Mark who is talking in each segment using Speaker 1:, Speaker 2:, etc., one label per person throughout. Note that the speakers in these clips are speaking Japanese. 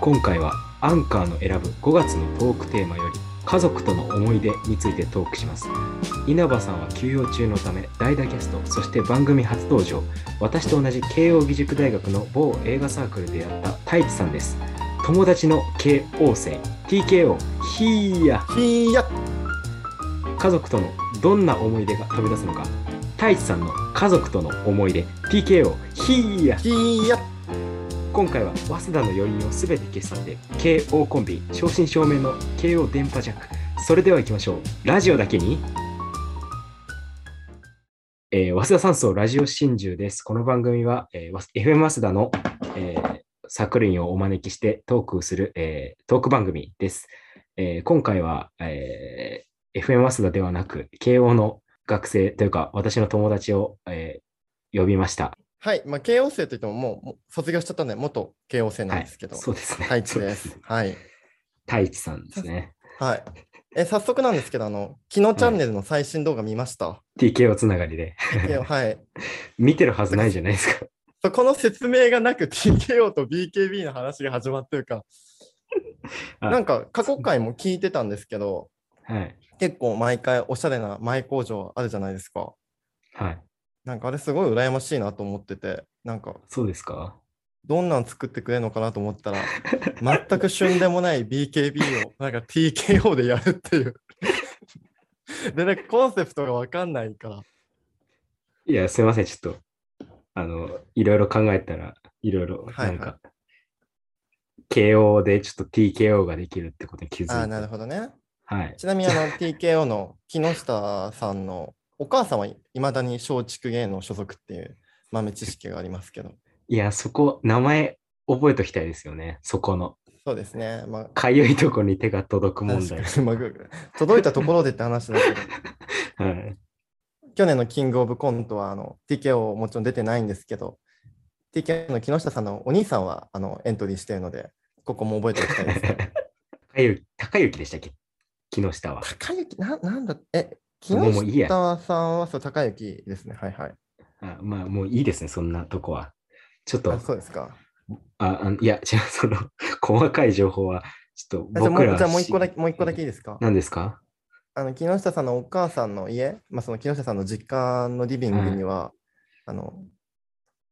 Speaker 1: 今回はアンカーの選ぶ5月のトークテーマより家族との思い出についてトークします稲葉さんは休養中のため代打キャストそして番組初登場私と同じ慶應義塾大学の某映画サークルでやった太一さんです友達の KO 生 TKO ヒーヤ
Speaker 2: ひーや
Speaker 1: 家族とのどんな思い出が飛び出すのか太一さんの家族との思い出 TKO ヒーヤ
Speaker 2: ひーや
Speaker 1: 今回は早稲田の余韻をすべて消し去って慶応コンビ正真正銘の慶応電波ジャックそれでは行きましょうラジオだけに、えー、早稲田山荘ラジオ真珠ですこの番組は、えーわす、FM 早稲田の、えー、作員をお招きしてトークする、えートーク番組です、えー今回は、えー FM 早稲田ではなく慶応の学生というか私の友達を、えー呼びました
Speaker 2: はい、まあ、慶応生といってももうもう卒業しちゃったんで、元慶応生なんですけど、
Speaker 1: はい、そうですね
Speaker 2: 太一です。はい。
Speaker 1: 太一さんですね
Speaker 2: はい。え、早速なんですけど、あの、昨日チャンネルの最新動画見ました。
Speaker 1: TKO つながりで。
Speaker 2: TKO はい。
Speaker 1: 見てるはずないじゃないですか。
Speaker 2: そこの説明がなく TKO と BKB の話が始まってるか、
Speaker 1: あ
Speaker 2: なんか過去回も聞いてたんですけど、
Speaker 1: はい。
Speaker 2: 結構毎回おしゃれな前工場あるじゃないですか。
Speaker 1: はい。
Speaker 2: なんかあれすごい羨ましいなと思ってて、なんか
Speaker 1: そうですか
Speaker 2: どんなん作ってくれるのかなと思ったら、全く旬でもない BKB をなんか TKO でやるっていう。で、なんかコンセプトがわかんないから。
Speaker 1: いや、すいません。ちょっと、あの、いろいろ考えたら、いろいろ、
Speaker 2: はい
Speaker 1: な
Speaker 2: はい
Speaker 1: んか、KO でちょっと TKO ができるってことに気づいて。
Speaker 2: ああ、なるほどね。
Speaker 1: はい。
Speaker 2: ちなみにあの TKO の木下さんのお母さんはいまだに松竹芸能所属っていう豆知識がありますけど。
Speaker 1: いや、そこ、名前覚えときたいですよね。そこの、
Speaker 2: そうですね。まあ、
Speaker 1: かゆいとこに手が届く問題。
Speaker 2: 確かにまあ届いたところでって話だけど。
Speaker 1: はい。
Speaker 2: 去年のキングオブコントはあの TKO もちろん出てないんですけど、TKO の木下さんのお兄さんはあのエントリーしているので、ここも覚えておきたいです ね。
Speaker 1: 高ゆ高雪でしたっけ木下は。
Speaker 2: 高雪な、なんだ、え、木
Speaker 1: もうもういいや
Speaker 2: 下さんはそう高雪ですね。はいはい。
Speaker 1: あまあ、もういいですね。そんなとこは。ちょっと
Speaker 2: あ、そうですか。
Speaker 1: あ、あのいや、違う、 その、細かい情報は、ちょっと
Speaker 2: あじゃあも
Speaker 1: 僕
Speaker 2: う
Speaker 1: ら
Speaker 2: じゃあもう一個だ
Speaker 1: し
Speaker 2: け、もう一個だけいいですか。
Speaker 1: 何ですか
Speaker 2: あの木下さんのお母さんの家、まあ、その木下さんの実家のリビングには、あの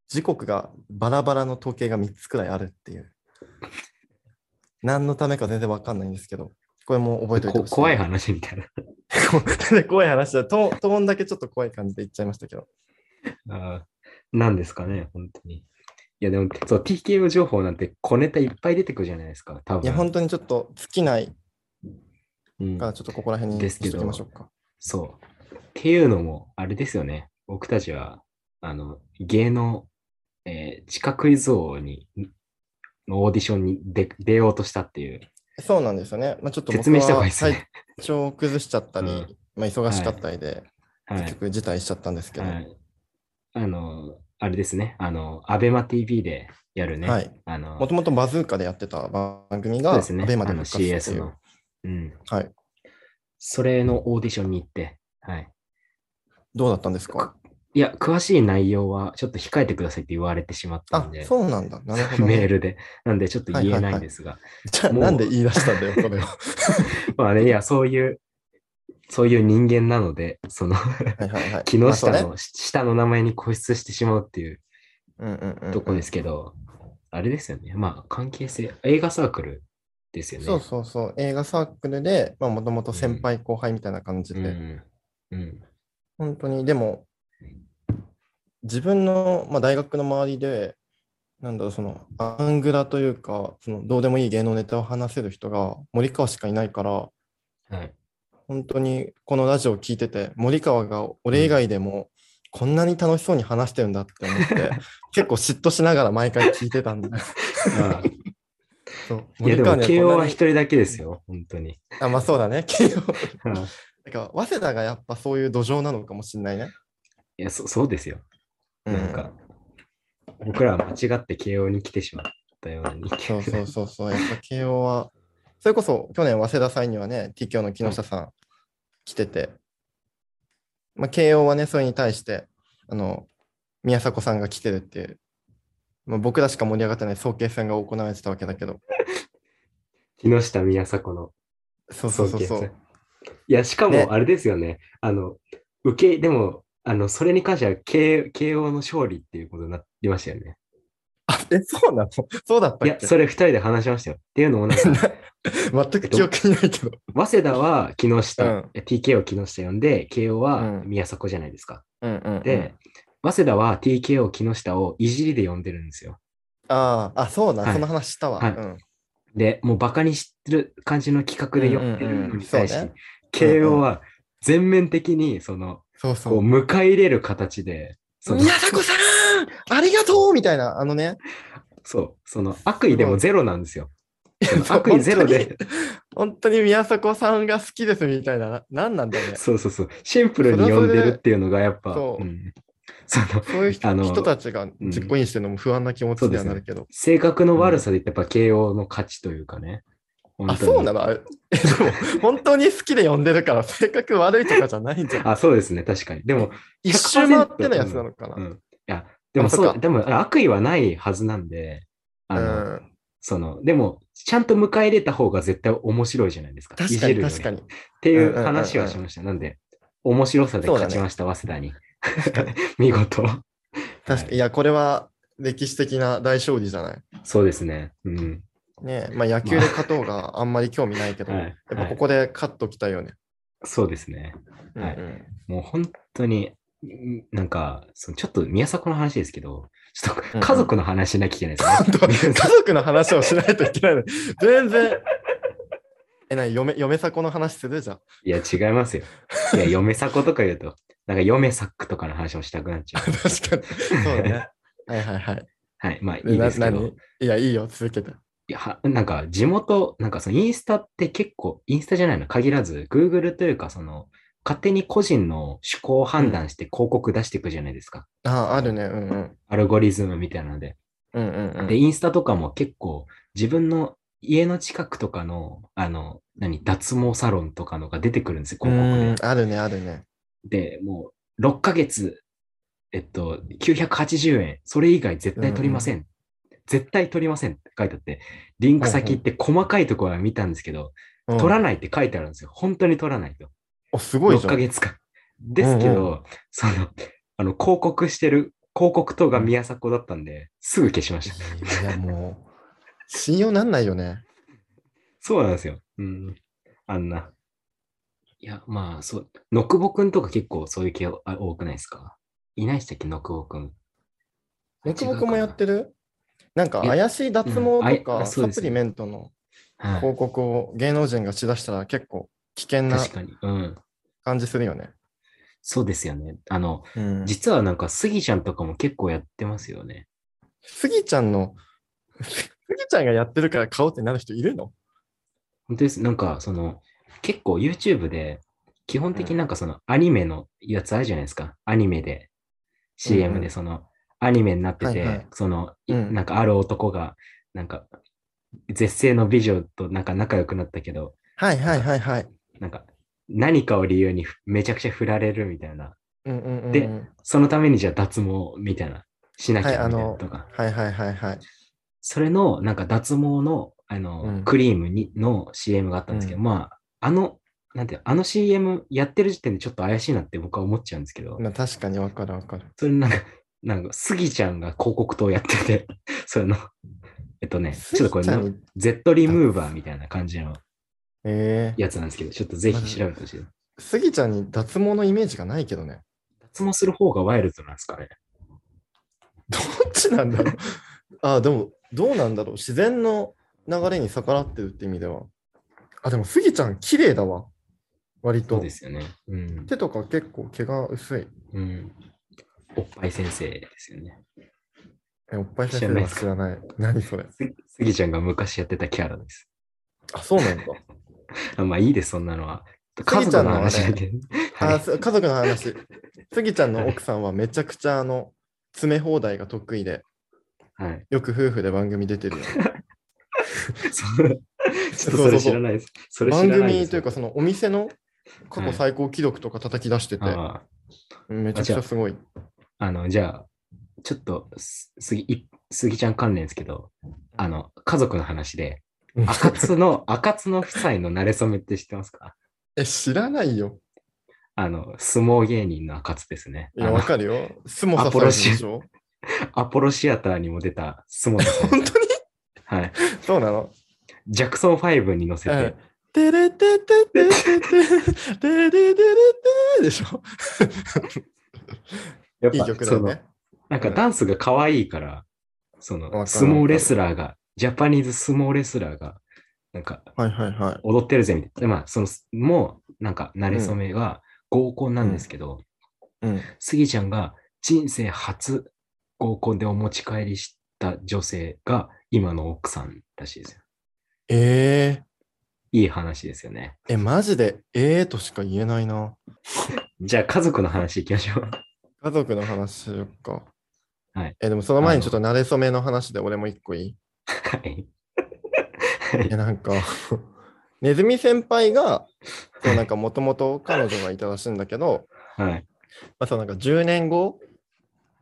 Speaker 2: 時刻がバラバラの時計が3つくらいあるっていう。何のためか全然わかんないんですけど、これも覚えておいて
Speaker 1: こ
Speaker 2: ほしい。
Speaker 1: 怖い話みたい
Speaker 2: 話。 怖い話だ。トーントーンだけちょっと怖い感じで言っちゃいましたけど。
Speaker 1: な。 あ何ですかね、本当に。いや、でも、そう、TKO 情報なんて小ネタいっぱい出てくるじゃないですか、多分。
Speaker 2: いや、本当にちょっと尽きない
Speaker 1: うん
Speaker 2: から、ちょっとここら辺
Speaker 1: で
Speaker 2: に
Speaker 1: す
Speaker 2: し
Speaker 1: けど
Speaker 2: ときましょうか。
Speaker 1: そう。っていうのも、あれですよね。僕たちは、あの、芸能、えー地下クイズ王に、のオーディションに出出ようとしたっていう。
Speaker 2: そうなんですよね。まあ、ちょっと
Speaker 1: 説
Speaker 2: 僕
Speaker 1: 明した方がいい
Speaker 2: は
Speaker 1: ですね
Speaker 2: 体調を崩しちゃったり、
Speaker 1: うん
Speaker 2: まあ、忙しかったりで、
Speaker 1: は
Speaker 2: 結局辞退しちゃったんですけど。
Speaker 1: はい、あの、あれですね、あの、アベマ TV でやるね、
Speaker 2: はい
Speaker 1: あの、
Speaker 2: もともとバズーカでやってた番組が、
Speaker 1: そうですね、
Speaker 2: ベマで
Speaker 1: あの
Speaker 2: 復活って
Speaker 1: CS
Speaker 2: いう
Speaker 1: の。うん。
Speaker 2: はい。
Speaker 1: それのオーディションに行って、はい。
Speaker 2: どうだったんですか
Speaker 1: いや、詳しい内容はちょっと控えてくださいって言われてしまった
Speaker 2: あ
Speaker 1: んで、、
Speaker 2: そうなんだ。なるほど、
Speaker 1: メー
Speaker 2: ね。
Speaker 1: ルで。なんでちょっと言えないんですが、
Speaker 2: じゃあ、
Speaker 1: もう
Speaker 2: なんで言い出したんだよ、 それを。は
Speaker 1: まあね、いや、そういう、そういう人間なので、その、
Speaker 2: いはいはい。
Speaker 1: 木下
Speaker 2: まあそうね
Speaker 1: の下の名前に固執してしまうっていう
Speaker 2: うんうんうん。
Speaker 1: とこですけど、あれですよね。まあ、関係性、映画サークルですよね。
Speaker 2: そうそうそう。映画サークルで、まあ、もともと先輩後輩みたいな感じで、
Speaker 1: うんうん
Speaker 2: 本当に、でも、自分の、まあ、大学の周りで、なんだろう、その、アングラというか、その、どうでもいい芸能ネタを話せる人が、森川しかいないから、
Speaker 1: はい、
Speaker 2: 本当にこのラジオを聞いてて、森川が俺以外でもこんなに楽しそうに話してるんだって思って、 結構嫉妬しながら毎回聞いてたん だ。
Speaker 1: い
Speaker 2: そう
Speaker 1: や
Speaker 2: 森
Speaker 1: で
Speaker 2: 川
Speaker 1: も
Speaker 2: に
Speaker 1: 慶応
Speaker 2: こん
Speaker 1: は
Speaker 2: な
Speaker 1: 一
Speaker 2: に
Speaker 1: 人だけですよ、本当に。
Speaker 2: あ、まあそうだね。慶応。
Speaker 1: うん
Speaker 2: だから、早稲田がやっぱそういう土壌なのかもしれないね。
Speaker 1: いやそ、そうですよ。
Speaker 2: う
Speaker 1: なんか、僕らは間違って慶応に来てしまったような人間
Speaker 2: そうそうそうそう。やっぱ慶応は、それこそ去年、早稲田祭にはね、TKO の木下さん来てて、まあ、慶応はね、それに対して、あの、宮迫さんが来てるっていう、まあ、僕らしか盛り上がってない早慶戦が行われてたわけだけど。
Speaker 1: 木下宮迫の
Speaker 2: そうそうそうそ
Speaker 1: 早慶
Speaker 2: う。
Speaker 1: 戦いや、しか
Speaker 2: ね
Speaker 1: もあれですよね。あの、受け、でも、あの、それに関しては、慶慶応の勝利っていうことになりましたよね。
Speaker 2: あ、え、そうなのそうだった
Speaker 1: い
Speaker 2: っ
Speaker 1: や、
Speaker 2: け
Speaker 1: それ二人で話しましたよ。っていうのもなんか、
Speaker 2: 全く記憶にないけど。
Speaker 1: 早稲田は木下、
Speaker 2: うん
Speaker 1: え TK を木下呼んで、慶応は
Speaker 2: うん
Speaker 1: 宮迫じゃないですか。
Speaker 2: うんうんうん
Speaker 1: で、早稲田は TK を木下をいじりで呼んでるんですよ。
Speaker 2: ああ、あ、そうだ、
Speaker 1: はい
Speaker 2: その話したわ。
Speaker 1: はい
Speaker 2: うん
Speaker 1: で、もうバカにしてる感じの企画で呼んでるのに対し
Speaker 2: うんうん
Speaker 1: て
Speaker 2: うんそうね、
Speaker 1: 慶応は全面的に、その、
Speaker 2: そう
Speaker 1: こ
Speaker 2: そう
Speaker 1: う、。迎え入れる形で、その、
Speaker 2: 宮迫さんありがとうみたいな、あのね。
Speaker 1: そう、その、悪意でもゼロなん ですよ。その
Speaker 2: そう
Speaker 1: 悪意ゼロで、
Speaker 2: 本当に宮迫さんが好きですみたいな、なんなんだよね。
Speaker 1: そうそうそう、シンプルに呼んでるっていうのがやっぱ、
Speaker 2: それはそれ
Speaker 1: うんその、
Speaker 2: そういう人
Speaker 1: あの
Speaker 2: 人たちが実行委員してるのも不安な気持ちにはなるけど。
Speaker 1: 性格の悪さで言ってやっぱ慶応の勝ちというかね。
Speaker 2: あ、
Speaker 1: 本当に
Speaker 2: そうなの あれえ、でも、本当に好きで呼んでるから、性格悪いとかじゃないんじゃん。
Speaker 1: あ、そうですね、確かに。でも、
Speaker 2: 一周回ってのやつなのかな。
Speaker 1: う
Speaker 2: うんん。
Speaker 1: いや、でもそ
Speaker 2: あそう
Speaker 1: う、
Speaker 2: か
Speaker 1: でも悪意はないはずなんで、あの、その、でも、ちゃんと迎え入れた方が絶対面白いじゃないですか。
Speaker 2: 確かに、
Speaker 1: い
Speaker 2: 確
Speaker 1: じ
Speaker 2: か
Speaker 1: るより
Speaker 2: に。
Speaker 1: っていう
Speaker 2: うんうんうん
Speaker 1: 話はしました。なんで、面白さで勝ちました、早稲田に。 見事。
Speaker 2: 確かに。いや、これは歴史的な大勝利じゃない。
Speaker 1: そうですね。うん。
Speaker 2: ねえまあ野球で勝とうがあんまり興味ないけど、
Speaker 1: はい。
Speaker 2: やっぱ
Speaker 1: は
Speaker 2: こ
Speaker 1: い
Speaker 2: こで勝っときたいよね。
Speaker 1: そうですね。
Speaker 2: うん
Speaker 1: はい
Speaker 2: うん
Speaker 1: もう本当に、んなんか、そのちょっと宮迫の話ですけど、ちょっ
Speaker 2: うんう
Speaker 1: と
Speaker 2: ん
Speaker 1: 家族の話しなきゃいけないですね。
Speaker 2: 家族の話をしないといけないのに全然。え、なに、嫁、嫁さこの話す るじゃん。
Speaker 1: いや、違いますよ。いや、嫁迫とか言うと、なんか嫁作とかの話もしたくなっちゃう。
Speaker 2: 確かに。そうね。はいはいはい。
Speaker 1: はい、まあい
Speaker 2: え
Speaker 1: い
Speaker 2: な
Speaker 1: ですけど
Speaker 2: 何、いや、いいよ、続けて。
Speaker 1: いやはなんか地元、なんかそのインスタって結構、インスタじゃないの限らず、Google というか、その、勝手に個人の趣向を判断して広告出していくじゃないですか。
Speaker 2: ああ、あるね。うんうん。
Speaker 1: アルゴリズムみたいなので。
Speaker 2: うんうん、う
Speaker 1: で、
Speaker 2: ん。
Speaker 1: インスタとかも結構自分の家の近くとかの、あの、何、脱毛サロンとかのが出てくるんですよ、
Speaker 2: う
Speaker 1: 広告
Speaker 2: んあるね、あるね。
Speaker 1: で。で、もう6ヶ月、えっと、980円、それ以外絶対取りません。絶対取りませんって書いてあって、リンク先行って細かいところは見たんですけど、
Speaker 2: うん
Speaker 1: 取らないって書いてあるんですよ。本当に取らないと。
Speaker 2: お、すごい
Speaker 1: 6
Speaker 2: じゃん。
Speaker 1: ヶ月間。ですけど、
Speaker 2: うん
Speaker 1: その、あの、広告してる、広告等が宮迫だったんで、すぐ消しました。
Speaker 2: いや、もう、信用なんないよね。
Speaker 1: そうなんですよ。うん。あんな。いや、まあ、そう、野久保くんとか結構そういう系あ多くないですかいないでしたっけ、野久保くん。
Speaker 2: 僕僕もやっ
Speaker 1: る。
Speaker 2: てるなんか
Speaker 1: え
Speaker 2: 怪しい脱毛
Speaker 1: うんあ
Speaker 2: と
Speaker 1: い
Speaker 2: か、
Speaker 1: あそう
Speaker 2: サ
Speaker 1: です
Speaker 2: プリメントの
Speaker 1: はい
Speaker 2: 広告を芸能人がしだしたら結構危険な
Speaker 1: 確かに。うん。
Speaker 2: 感じするよね。
Speaker 1: そうですよね。あの、
Speaker 2: うん、
Speaker 1: 実はなんか、スギちゃんとかも結構やってますよね。
Speaker 2: スギちゃんの、スギちゃんがやってるから買おうってなる人いるの
Speaker 1: 本当です。なんか、その、結構 YouTube で、基本的になんかそのアニメのやつあるじゃないですか。アニメで、CM でその、アニメになってて、
Speaker 2: はいはい
Speaker 1: その、い
Speaker 2: うん
Speaker 1: なんかある男が、なんか、絶世の美女となんか仲良くなったけど、
Speaker 2: はいはいはいはい。
Speaker 1: なんか、何かを理由にふめちゃくちゃ振られるみたいな。
Speaker 2: うんうんうんうん、
Speaker 1: でそのためにじゃあ脱毛みたいな、しなきゃみ
Speaker 2: はい
Speaker 1: た
Speaker 2: あ
Speaker 1: い
Speaker 2: の
Speaker 1: なとか。
Speaker 2: はいはいはいはい。
Speaker 1: それの、なんか脱毛の、あの、
Speaker 2: うん
Speaker 1: クリームにの CM があったんですけど、
Speaker 2: うん
Speaker 1: まあ、あの、なんていうのあの CM やってる時点でちょっと怪しいなって僕は思っちゃうんですけど、
Speaker 2: まあ、確かにわかるわかる。
Speaker 1: それなんか、 なんか、スギちゃんが広告塔やってて、 その、えっとね、ちょっとこれ
Speaker 2: スギちゃ、
Speaker 1: なん
Speaker 2: に
Speaker 1: Z リムーバーみたいな感じの
Speaker 2: えー
Speaker 1: やつなんですけど、ちょっとぜひ調べてほしい。
Speaker 2: スギちゃんに脱毛のイメージがないけどね。
Speaker 1: 脱毛する方がワイルドなんですかね。
Speaker 2: どっちなんだろうあでもどうなんだろう自然の流れに逆らってるって意味ではあでもスギちゃん綺麗だわ割
Speaker 1: そう
Speaker 2: と
Speaker 1: ですよね。うん。
Speaker 2: 手とか結構毛が薄い
Speaker 1: うん。おっぱい先生ですよね。
Speaker 2: えおっぱい先生は知らない何それ
Speaker 1: スギスギちゃんが昔やってたキャラです。
Speaker 2: あそうなんだ
Speaker 1: あまあいいです、そんなのは。
Speaker 2: ス
Speaker 1: 家
Speaker 2: ギちゃ
Speaker 1: 族の
Speaker 2: んのはね
Speaker 1: 話だけど。
Speaker 2: あ
Speaker 1: はい
Speaker 2: す家族の話スギちゃんの奥さんはめちゃくちゃあの詰め放題が得意で
Speaker 1: はい。
Speaker 2: よく夫婦で番組出てるよね
Speaker 1: そうちょっとそれ知らないです。それ知ら
Speaker 2: 番
Speaker 1: ないで
Speaker 2: 組
Speaker 1: す。
Speaker 2: というかそのお店の過去最高記録とか叩き出してて、
Speaker 1: あ
Speaker 2: めちゃくちゃすごい
Speaker 1: ああの、じゃあ、ちょっとす、次、い杉ちゃん関連ですけど、あの、家族の話で、
Speaker 2: うん
Speaker 1: 赤津 の、赤津の夫妻の馴れ初めって知ってますか
Speaker 2: え、知らないよ。
Speaker 1: あの、相撲芸人の赤津ですね。
Speaker 2: い
Speaker 1: あ
Speaker 2: や、
Speaker 1: の
Speaker 2: わかるよ。スモサ
Speaker 1: アポロ
Speaker 2: さ
Speaker 1: シ
Speaker 2: んでしょ
Speaker 1: アポロシアターにも出たスモさん。
Speaker 2: 本当に
Speaker 1: はい。
Speaker 2: そうなの
Speaker 1: ジャクソン5に乗せ
Speaker 2: う
Speaker 1: て
Speaker 2: ん、てれててててててれれれれれでしょ
Speaker 1: やっぱ
Speaker 2: いい曲だ
Speaker 1: そ
Speaker 2: よ
Speaker 1: の
Speaker 2: ね。
Speaker 1: なんかダンスが可愛いから、そ
Speaker 2: か
Speaker 1: の
Speaker 2: る
Speaker 1: 相撲レスラーが、ジャパニーズ相撲レスラーが、なんか
Speaker 2: はいはいはい。
Speaker 1: 踊ってるぜみたいな。でまあ、その、もう、なんか、馴れ初めが合コンなんですけど、
Speaker 2: うん。
Speaker 1: スギちゃんが人生初合コンでお持ち帰りした女性が今の奥さんらしいですよ。
Speaker 2: え
Speaker 1: いい話ですよね。
Speaker 2: ー、え、マジで、えーとしか言えないな。
Speaker 1: じゃあ、家族の話いきましょう。
Speaker 2: 家族の話よっか。
Speaker 1: はい。
Speaker 2: え、でもその前にちょっと慣れ初めの話で俺も一個いい
Speaker 1: はい。
Speaker 2: え、なんか、 ネズミ先輩が、そうなんかもともと彼女がいたらしいんだけど、
Speaker 1: はい。
Speaker 2: まあ、そのなんか10年後、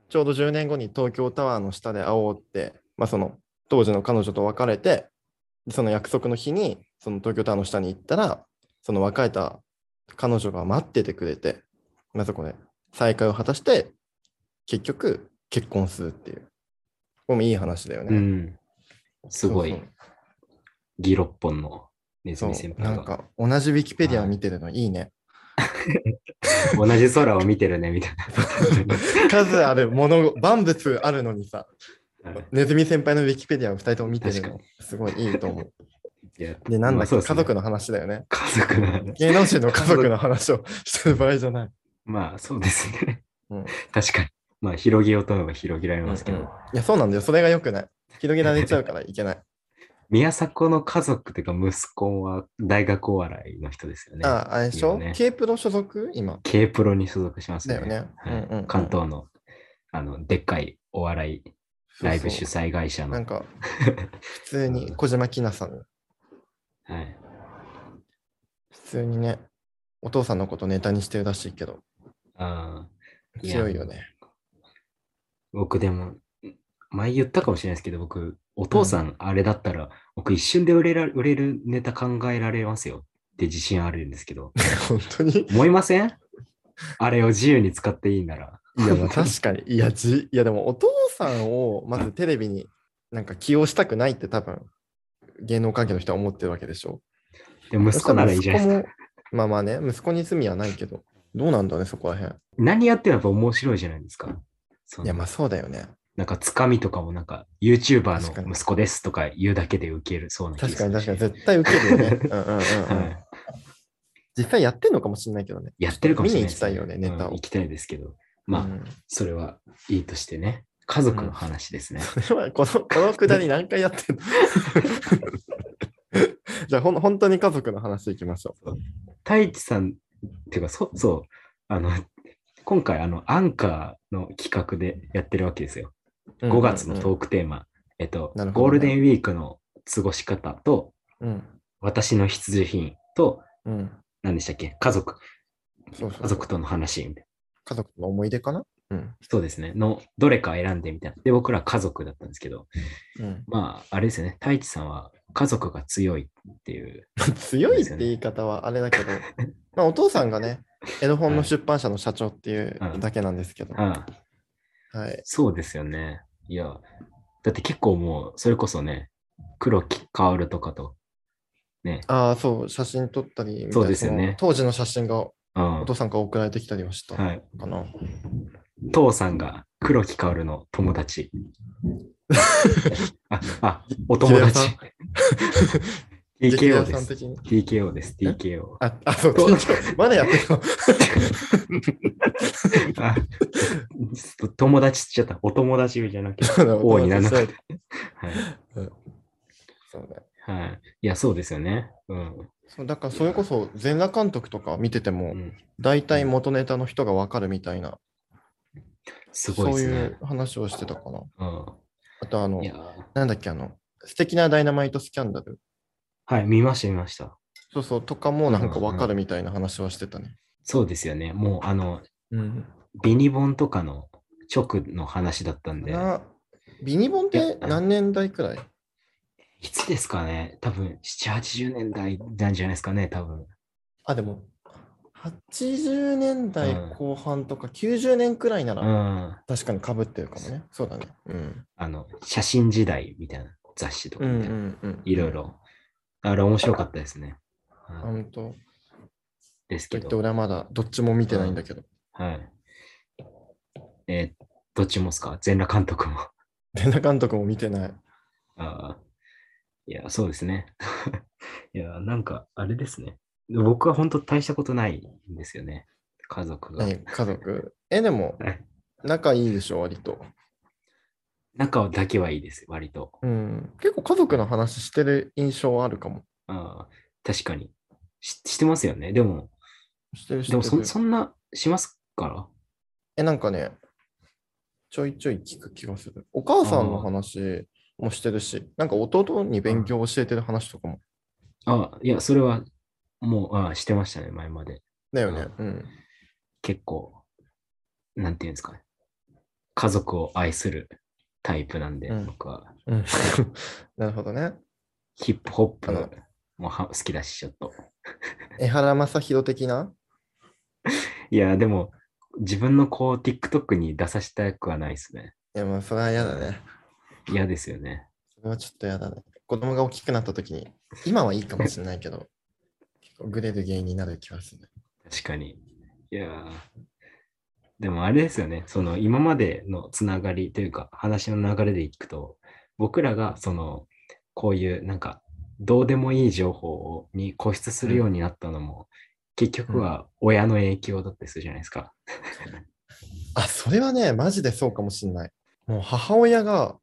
Speaker 2: ちょうど10年後に東京タワーの下で会おうって、まあ、その当時の彼女と別れて、その約束の日に、その東京タワーの下に行ったら、その別れた彼女が待っててくれて、まあ、そこで再会を果たして、結局結婚するっていう。これもいい話だよ
Speaker 1: う
Speaker 2: ね。
Speaker 1: ん。すごい
Speaker 2: そう、
Speaker 1: ギロッポンのネズ
Speaker 2: そう
Speaker 1: ミ
Speaker 2: そ
Speaker 1: 先
Speaker 2: うな
Speaker 1: 輩
Speaker 2: ん
Speaker 1: が
Speaker 2: か同じウィキペディア見てるのいいね。
Speaker 1: 同じ空を見てるね、みたい
Speaker 2: 数あるもの、万物 あるのにさ、
Speaker 1: な。はい
Speaker 2: ネズミ先輩のウィキペディアを2人とも見てる
Speaker 1: 確か
Speaker 2: の、すごいいいと思う。
Speaker 1: いや
Speaker 2: で、なんだっけ、
Speaker 1: まあそ
Speaker 2: 家
Speaker 1: うです
Speaker 2: 族
Speaker 1: ね
Speaker 2: の話だよね。
Speaker 1: 家族の話。
Speaker 2: 芸能人の家族の話をしてる場合じゃない。
Speaker 1: まあ、そうですね。
Speaker 2: うん
Speaker 1: 確かに。まあ、広げようと思えば広げられますけど、
Speaker 2: うんうんいや、そうなんだよ。それが良くない。広げられちゃうから いけない。
Speaker 1: 宮迫の家族というか息子は大学お笑いの人ですよね。
Speaker 2: ああ、あれでし
Speaker 1: いい
Speaker 2: ょ
Speaker 1: よね
Speaker 2: ?K プロ所属今。
Speaker 1: K プロに所属しますね。
Speaker 2: だよね
Speaker 1: はい
Speaker 2: うんうんうん
Speaker 1: 関東のあのでっかいお笑いライブ主
Speaker 2: そう
Speaker 1: 催会社
Speaker 2: そうな
Speaker 1: の
Speaker 2: ん。か、普通 に小島きなさん、
Speaker 1: はい、
Speaker 2: 普通にね、お父さんのことネタにしてるらしいけど、
Speaker 1: あーや
Speaker 2: 強いよね。
Speaker 1: 僕でも、前言ったかもしれないですけど、僕、お父さんあれだったら、僕一瞬で売れら売れるネタ考えられますよって自信あるんですけど、
Speaker 2: 本当に
Speaker 1: 思いませんあれを自由に使っていいなら。
Speaker 2: いや、まあ確かに。いや、じいやでもお父さんをまずテレビになんか起用したくないって多分、芸能関係の人は思ってるわけでしょ。
Speaker 1: でも息子ならいいじゃないですか。
Speaker 2: 息子もまあまあね、息子に罪はないけど、どうなんだね、そこらへん。
Speaker 1: 何やってもやっぱ面白いじゃないですか。その
Speaker 2: いや、まあそうだよね。
Speaker 1: なんかつかみとかもなんか YouTuber
Speaker 2: 確か
Speaker 1: の
Speaker 2: に
Speaker 1: 息子ですとか言うだけで受けるそうな気が
Speaker 2: 確か
Speaker 1: す
Speaker 2: に
Speaker 1: る
Speaker 2: 確
Speaker 1: し
Speaker 2: かに、絶対受けるよね。うんうんうんうん
Speaker 1: はい
Speaker 2: 実際やってんのかもしれないけどね。
Speaker 1: やってるかもしれないです、
Speaker 2: 見に行きたいよねネタを
Speaker 1: うん行きたいですけど、まあ、
Speaker 2: うん
Speaker 1: それはいいとしてね、家族の話ですね。
Speaker 2: それはこの、このくだり何回やってんの じゃあほん、本当に家族の話いきましょ
Speaker 1: 太一さんっていうか、そう、そう、あの、今回、あの、アンカーの企画でやってるわけですよ。
Speaker 2: う。
Speaker 1: 5月の
Speaker 2: と
Speaker 1: トークテーマ、えっと、
Speaker 2: なるほど
Speaker 1: ゴ
Speaker 2: ね
Speaker 1: ールデンウィークの過ごし方と、
Speaker 2: うん
Speaker 1: 私の必需品と、
Speaker 2: うん。
Speaker 1: 何でしたっけ家族、
Speaker 2: そうそう
Speaker 1: 家族との話みたいな。
Speaker 2: 家族の思い出かなうん。
Speaker 1: そうですね。の、どれか選んでみたいな。で、僕ら家族だったんですけど、
Speaker 2: うん、
Speaker 1: まあ、あれですよね。太一さんは家族が強いっていう。
Speaker 2: 強いって言い方はあれ だけど、まあお父さんがね、エロ本の出版社の社長っていうだけなんですけど、
Speaker 1: ああ
Speaker 2: はい。
Speaker 1: そうですよね。いや、だって結構もう、それこそね、黒木薫とかと、ね、
Speaker 2: ああ、そう、写真撮ったりみたいな
Speaker 1: そうですよね
Speaker 2: その当時の写真が
Speaker 1: うん
Speaker 2: お父さんから送られてきたりはしたか
Speaker 1: はい、
Speaker 2: な。
Speaker 1: 父さんが黒木薫の友 達。あ、あ、お友達。
Speaker 2: 激レア
Speaker 1: TKO で
Speaker 2: さん
Speaker 1: す。
Speaker 2: 的に。
Speaker 1: TKO です。TKO。
Speaker 2: あ、あそう、
Speaker 1: そう
Speaker 2: まだやってるの。
Speaker 1: あ友達って言っちゃった。お友達じゃなくて。 王になら なかったはい。
Speaker 2: そうね
Speaker 1: はい。いや、そうですよね。うん。
Speaker 2: そうだからそれこそ全裸監督とか見てて
Speaker 1: う
Speaker 2: も
Speaker 1: ん、
Speaker 2: 大体元ネタの人がわかるみたいな、
Speaker 1: すご
Speaker 2: そ
Speaker 1: いうです
Speaker 2: い
Speaker 1: ね
Speaker 2: う。話をしてたかな。
Speaker 1: うん
Speaker 2: あとあの
Speaker 1: い、や
Speaker 2: なんだっけあの、素敵なダイナマイトスキャンダル。
Speaker 1: はい、見ました、見ました。
Speaker 2: そうそう、とかもなんかわかるみたいな話はしてたね。
Speaker 1: そうですよね。もう、あの、
Speaker 2: うん。
Speaker 1: ビニボンとかの直の話だったんで、
Speaker 2: なビニボンって何年代くらい
Speaker 1: いつですかね多分、7、80年代なんじゃないですかね、多分。
Speaker 2: あ、でも、80年代後半とか90年くらいな
Speaker 1: う
Speaker 2: ら、
Speaker 1: ん。
Speaker 2: 確かにかぶってるかもね。そうだね。うん。
Speaker 1: あの、写真時代みたいな雑誌とか
Speaker 2: う
Speaker 1: み
Speaker 2: んう
Speaker 1: たいな、
Speaker 2: んうん。
Speaker 1: いろいろ。あれ面白かったですね。
Speaker 2: あ。
Speaker 1: はい
Speaker 2: 本当。と
Speaker 1: ですけ
Speaker 2: 言って
Speaker 1: ど。
Speaker 2: 俺はまだどっちも見てないんだけど。
Speaker 1: はい。えーどっちもっすか全裸監督も。
Speaker 2: 全裸監督も見てない。
Speaker 1: ああ。いや、そうですね。 いや、なんか、あれですね。僕は本当大したことないんですよね。家族が。
Speaker 2: 何家族。え、でも
Speaker 1: はい、
Speaker 2: 仲いいでしょ、割と。
Speaker 1: 仲だけはいいです、割と。
Speaker 2: うん。結構家族の話してる印象はあるかも。
Speaker 1: ああ、確かに。ししてますよね。でも、
Speaker 2: してるし
Speaker 1: でも
Speaker 2: て
Speaker 1: そ
Speaker 2: る。
Speaker 1: そんなしますから
Speaker 2: え、なんかね、ちょいちょい聞く気がする。お母さんの話もしてるし、なんか弟に勉強を教えてる話とかも。
Speaker 1: ああ、いや、それは、もう、ああ、してましたね、前まで。
Speaker 2: だよね。うん。
Speaker 1: 結構、なんていうんですかね。家族を愛するタイプなんで、
Speaker 2: うん
Speaker 1: 僕は。
Speaker 2: うん なるほどね。
Speaker 1: ヒップホップ
Speaker 2: あの
Speaker 1: もは好きだし、ちょっと。
Speaker 2: 江原正宏的ない
Speaker 1: や、でも、自分の子を TikTok に出させたくはないですね。
Speaker 2: いや、まあ、それは嫌だね。
Speaker 1: 嫌ですよね。
Speaker 2: それはちょっと嫌だね。子供が大きくなった時に、今はいいかもしれないけど、結構グレる原因になる気がする。
Speaker 1: 確かに。いやーでもあれですよね、その今までのつながりというか話の流れでいくと、僕らがそのこういうなんかどうでもいい情報をに固執するようになったのも、結局は親の影響だったりするじゃないですか。
Speaker 2: あ、それはね、マジでそうかもしれない。もう母親が、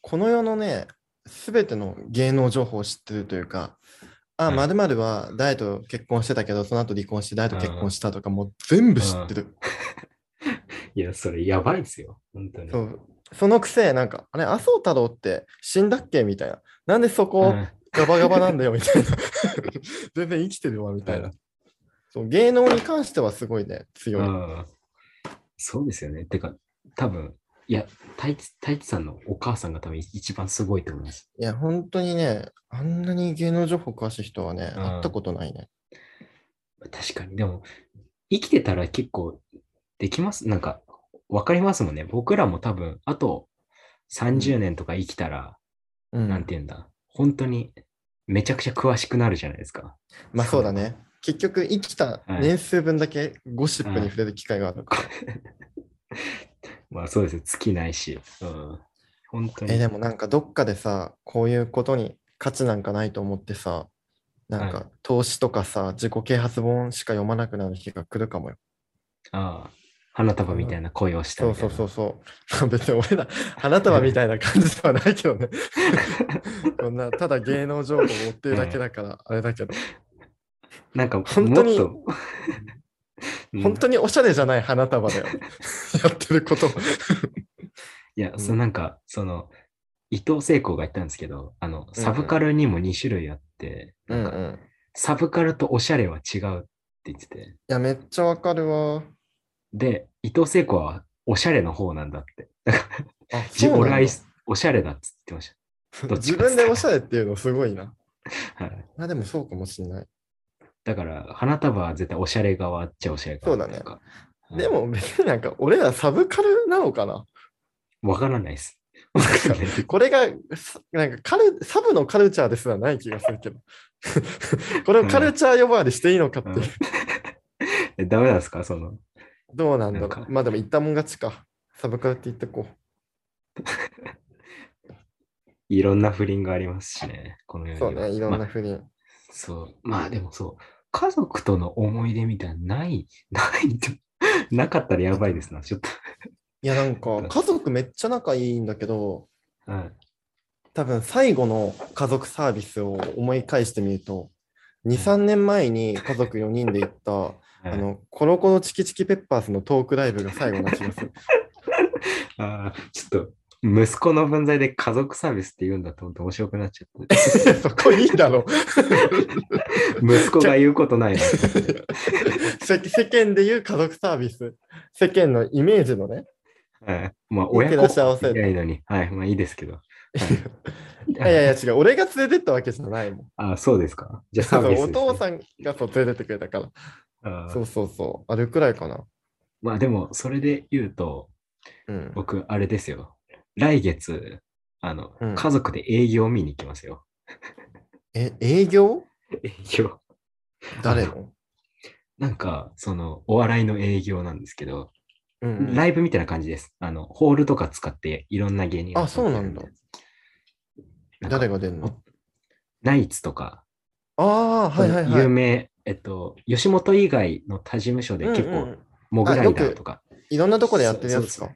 Speaker 2: この世のね、すべての芸能情報を知ってるというか、あ、
Speaker 1: うん
Speaker 2: まるまるは誰と結婚してたけど、その後離婚して誰と結婚したとか、もう全部知ってる。
Speaker 1: いや、それやばいですよ、本当に。
Speaker 2: そうそのくせ、なんか、あれ、麻生太郎って死んだっけみたいな。なんでそこ
Speaker 1: うん
Speaker 2: ガバガバなん だよみたいな。全然生きてるわみたいな。そう芸能に関してはすごいね、強い。
Speaker 1: うんそうですよね。てか、多分いや、太一太一さんのお母さんが多分一番すごいと思います。
Speaker 2: いや、本当にね、あんなに芸能情報詳しい人はね、
Speaker 1: うん
Speaker 2: 会ったことないね。
Speaker 1: 確かに。でも、生きてたら結構できます。なんか、わかりますもんね。僕らも多分、あと30年とか生きたら、
Speaker 2: うん、
Speaker 1: なんて言うんだ、本当にめちゃくちゃ詳しくなるじゃないですか。
Speaker 2: まあそうだね。結局、生きた年数分だけゴシップに触れる機会がある。
Speaker 1: まあそうですよ。尽きないし。うん。本当に。
Speaker 2: え、でもなんかどっかでさ、こういうことに価値なんかないと思ってさ、なん
Speaker 1: は
Speaker 2: か投資とかさ、自己啓発本しか読まなくなる日が来るかもよ。
Speaker 1: ああ花束みたいな恋をした
Speaker 2: そ
Speaker 1: み
Speaker 2: う
Speaker 1: たい
Speaker 2: そ
Speaker 1: な。
Speaker 2: うそうそう。別に俺ら、花束みたいな感じではないけどね。 こんな、ただ芸能情報を追ってるだけだから、あれだけど、
Speaker 1: なんか、
Speaker 2: 本当に
Speaker 1: もっと
Speaker 2: 本当におしゃれじゃない花束だよ。やって ること。
Speaker 1: いや、
Speaker 2: うん
Speaker 1: そうなんか、その、伊藤聖子が言ったんですけど、あの、サブカルにも2種類あって、なんか、
Speaker 2: ん。い
Speaker 1: サブカルとおしゃれは違うって言ってて、
Speaker 2: や、めっちゃわかるわ。
Speaker 1: で、伊藤聖子はおしゃれの方なんだって。だから、
Speaker 2: あ、
Speaker 1: 自
Speaker 2: そう
Speaker 1: 俺
Speaker 2: な
Speaker 1: は
Speaker 2: んだ
Speaker 1: おしゃれだっつって言ってどっち
Speaker 2: 自
Speaker 1: かっつった
Speaker 2: 分でおしゃれっていうのすごいな。
Speaker 1: ました。はい。
Speaker 2: まあでもそうかもしんない。
Speaker 1: だから、花束は絶対おしゃれ側っちゃおしゃれ側
Speaker 2: そうだね
Speaker 1: とか。はい
Speaker 2: で、も別になんか俺らサブカルなのかな
Speaker 1: わからないです。
Speaker 2: これが、さなんかカル、サブのカルチャーですらない気がするけど。 これをカルチャー呼ばわりしていいのかっていう。
Speaker 1: えダメなんですかその、
Speaker 2: どうなんだろ
Speaker 1: なんか
Speaker 2: う。まあでも言ったもん勝ちか。サブカルって言ってこ
Speaker 1: いろんな不倫がありますしね。この世
Speaker 2: う。
Speaker 1: には
Speaker 2: そうね、いろ
Speaker 1: まあ
Speaker 2: んな不倫。
Speaker 1: そう。まあでもそう。家族との思い出みたいな、ない、ないと、 なかったらやばいですな、ちょっと。
Speaker 2: いやなんか家族めっちゃ仲いいんだけど、
Speaker 1: うん、
Speaker 2: 多分最後の家族サービスを思い返してみると、2、3年前に家族4人で行った、あの、コロコロチキチキペッパーズのトークライブが最後な気が する。
Speaker 1: あーちょっと、息子の分際で家族サービスって言うんだと思って面白くなっちゃっ
Speaker 2: いやそこいいだ ろ
Speaker 1: て。息子が言うことないな。
Speaker 2: 世世間でいう家族サービス、世間のイメージのね、
Speaker 1: はいまあ、
Speaker 2: 行っ
Speaker 1: 親
Speaker 2: て
Speaker 1: 子
Speaker 2: らっしゃいませ
Speaker 1: みたいのに、はい、まあいいですけど。
Speaker 2: いやいやいや、違う。俺が連れてったわけじゃないもん。
Speaker 1: あ、そうですか。じゃあ
Speaker 2: そ
Speaker 1: サ
Speaker 2: う
Speaker 1: ー
Speaker 2: そう
Speaker 1: ビス
Speaker 2: お父さんがそう連れてってくれたから。
Speaker 1: ん
Speaker 2: そうそうそう。あれくらいかな。
Speaker 1: まあでも、それで言うと、
Speaker 2: うん。
Speaker 1: 僕、あれですよ。来月、あの、
Speaker 2: うん
Speaker 1: 家族で営業見に行きますよ。
Speaker 2: え、営業
Speaker 1: 営業。
Speaker 2: 誰の
Speaker 1: なんか、その、お笑いの営業なんですけど、
Speaker 2: うんうん
Speaker 1: ライブみたいな感じです。あの、ホールとか使って、いろんな芸人が
Speaker 2: あそうなんだ
Speaker 1: なんか
Speaker 2: 誰が出んの
Speaker 1: ナイツとか、
Speaker 2: ああ、はいはいはい。
Speaker 1: 有名、えっと、吉本以外の他事務所で結
Speaker 2: うんう
Speaker 1: 構、
Speaker 2: ん
Speaker 1: モグライダーとか、
Speaker 2: いろんなとこでやってるやつ
Speaker 1: そう
Speaker 2: か。